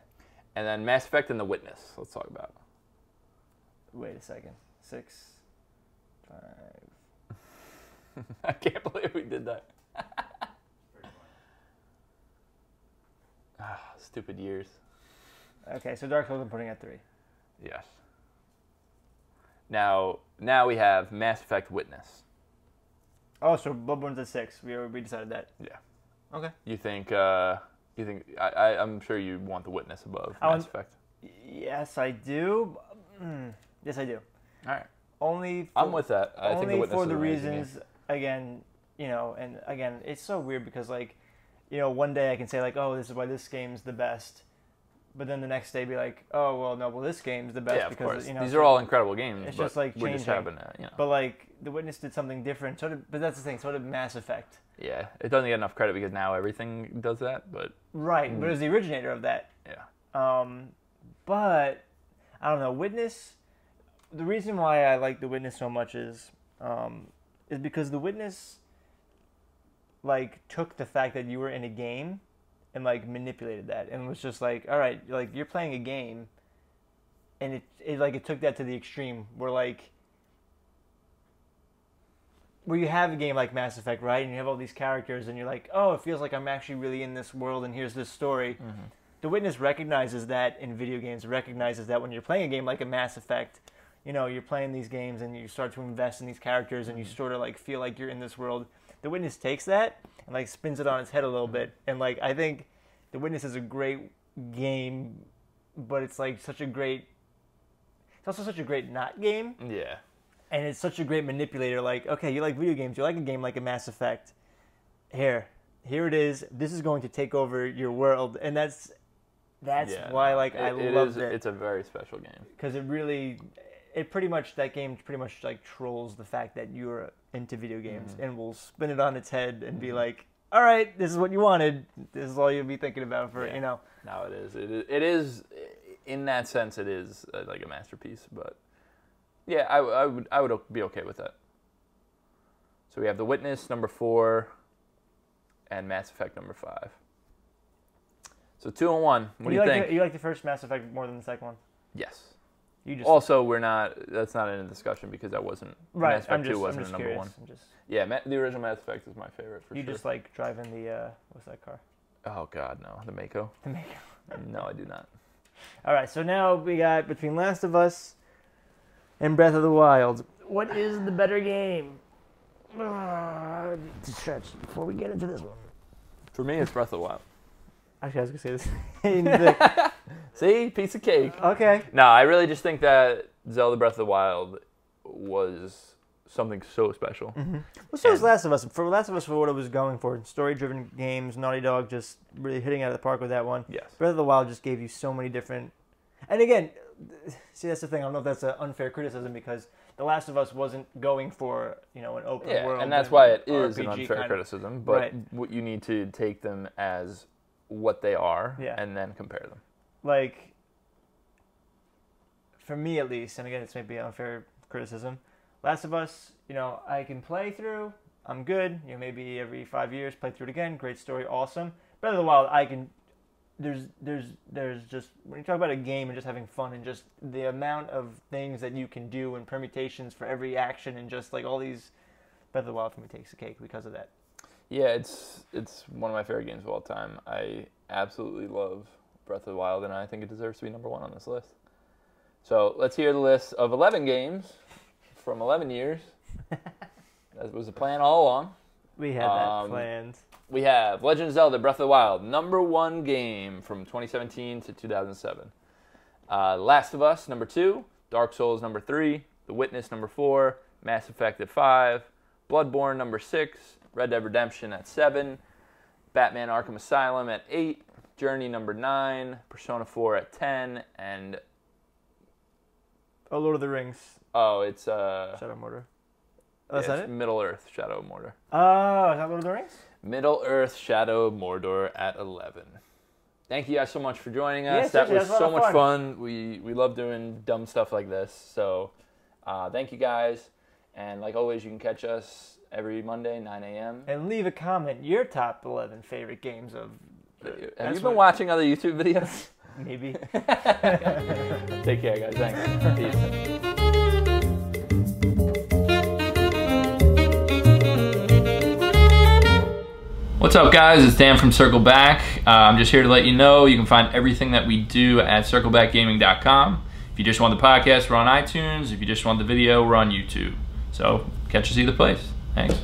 And then Mass Effect and The Witness. Let's talk about. Wait a second. Six. Five. I can't believe we did that. ah, stupid years. Okay, so Dark Souls I'm putting at three. Yes. Now, now we have Mass Effect Witness. Oh, so Bloodborne's at six. We we decided that. Yeah. Okay. You think? Uh, you think? I, I, I'm sure you want the Witness above I Mass want- Effect. Yes, I do. Mm, Yes, I do. All right, Only. For, I'm with that. I only think the Witness for is the an amazing game. reasons. Again, you know, and again, it's so weird because like, you know, one day I can say like, oh, this is why this game's the best, but then the next day be like, oh, well, no, well, this game's the best Yeah, of because course. you know These are all incredible games. it's but just, like, we just changing. haven't, uh, you know. But like, The Witness did something different. So did, but that's the thing. So did Mass Effect. yeah, it doesn't get enough credit because now everything does that. But Right, but it was the originator of that. yeah, Um, but I don't know. Witness. The reason why I like The Witness so much is, um, is because The Witness, like, took the fact that you were in a game, and like manipulated that, and was just like, all right, like you're playing a game, and it, it like it took that to the extreme, where like. Where you have a game like Mass Effect, right, and you have all these characters, and you're like, oh, it feels like I'm actually really in this world, and here's this story. The Witness recognizes that in video games, recognizes that when you're playing a game like a Mass Effect, you know, you're playing these games and you start to invest in these characters and you sort of like feel like you're in this world. The Witness takes that and like spins it on its head a little bit. And like, I think The Witness is a great game, but it's like such a great. It's also such a great not game yeah, and it's such a great manipulator. Like, okay, you like video games, you like a game like a Mass Effect. Here, here it is. This is going to take over your world, and that's that's yeah, why no, like I it- it loved is- it It's a very special game. because it really, it pretty much that game pretty much like trolls the fact that you're into video games Mm-hmm. and will spin it on its head and be like, all right, this is what you wanted. This is all you'll be thinking about for Yeah. you know. No, it is. It is. It is in that sense, it is uh, like a masterpiece. But Yeah, I, w- I would I would o- be okay with that. So we have The Witness number four, and Mass Effect number five. So two and one. What do you like think? The, you like the first Mass Effect more than the second one? yes. You just Also, we're not. That's not in the discussion because that wasn't. right. Mass Effect I'm just, two wasn't I'm a just number curious. one. I'm just- Yeah, Ma- the original Mass Effect is my favorite for you sure. just like driving the uh, what's that car? oh God, no, the Mako. The Mako. no, I do not. All right, so now we got between Last of Us and Breath of the Wild. What is the better game? Uh, stretch before we get into this one. For me, it's Breath of the Wild. Actually, I was gonna say this. in the- See, piece of cake. okay. No, I really just think that Zelda Breath of the Wild was something so special. Mm-hmm. Well, so is And- Last of Us. For Last of Us, for what it was going for, story-driven games, Naughty Dog just really hitting it out of the park with that one. Yes. Breath of the Wild just gave you so many different. And again, th- see that's the thing. I don't know if that's an unfair criticism because The Last of Us wasn't going for you know an open Yeah, world. and that's why it is an RPG unfair kind of- criticism. But Right. what you need to take them as what they are, Yeah. and then compare them. like for me at least, and again, it's maybe unfair criticism. Last of Us, you know, I can play through. I'm good. You know, maybe every five years, play through it again. Great story, awesome. Breath of the Wild, I can. There's, there's, there's just when you talk about a game and just having fun and just the amount of things that you can do and permutations for every action and just like all these. Breath of the Wild for me takes the cake because of that. Yeah, it's it's one of my favorite games of all time. I absolutely love Breath of the Wild, and I think it deserves to be number one on this list. So let's hear the list of 11 games from 11 years. that was the plan all along. We had that Um, planned. We have Legend of Zelda Breath of the Wild, number one game from 2017 to 2007. Uh, Last of Us, number two. Dark Souls, number three. The Witness, number four. Mass Effect at five. Bloodborne, number six. Red Dead Redemption at seven. Batman Arkham Asylum at eight. Journey, number nine. Persona 4 at 10. And, Oh, Lord of the Rings, oh, it's, uh, Shadow Mortar. Oh, is yeah, that it's it? Middle Earth Shadow of Mordor. Oh, is that Lord of the Rings? Middle Earth Shadow of Mordor at 11. Thank you guys so much for joining Yeah, us. that was seriously, that was a so lot of much fun. We we love doing dumb stuff like this. So uh, thank you guys. And like always, you can catch us every Monday, 9 a.m. and leave a comment your top 11 favorite games of Have you That's been what- watching other YouTube videos? maybe Take care, guys. Thanks. Peace. What's up, guys? It's Dan from Circle Back. Uh, I'm just here to let you know you can find everything that we do at circlebackgaming.com. If you just want the podcast, we're on iTunes. If you just want the video, we're on YouTube. So catch us either place. Thanks.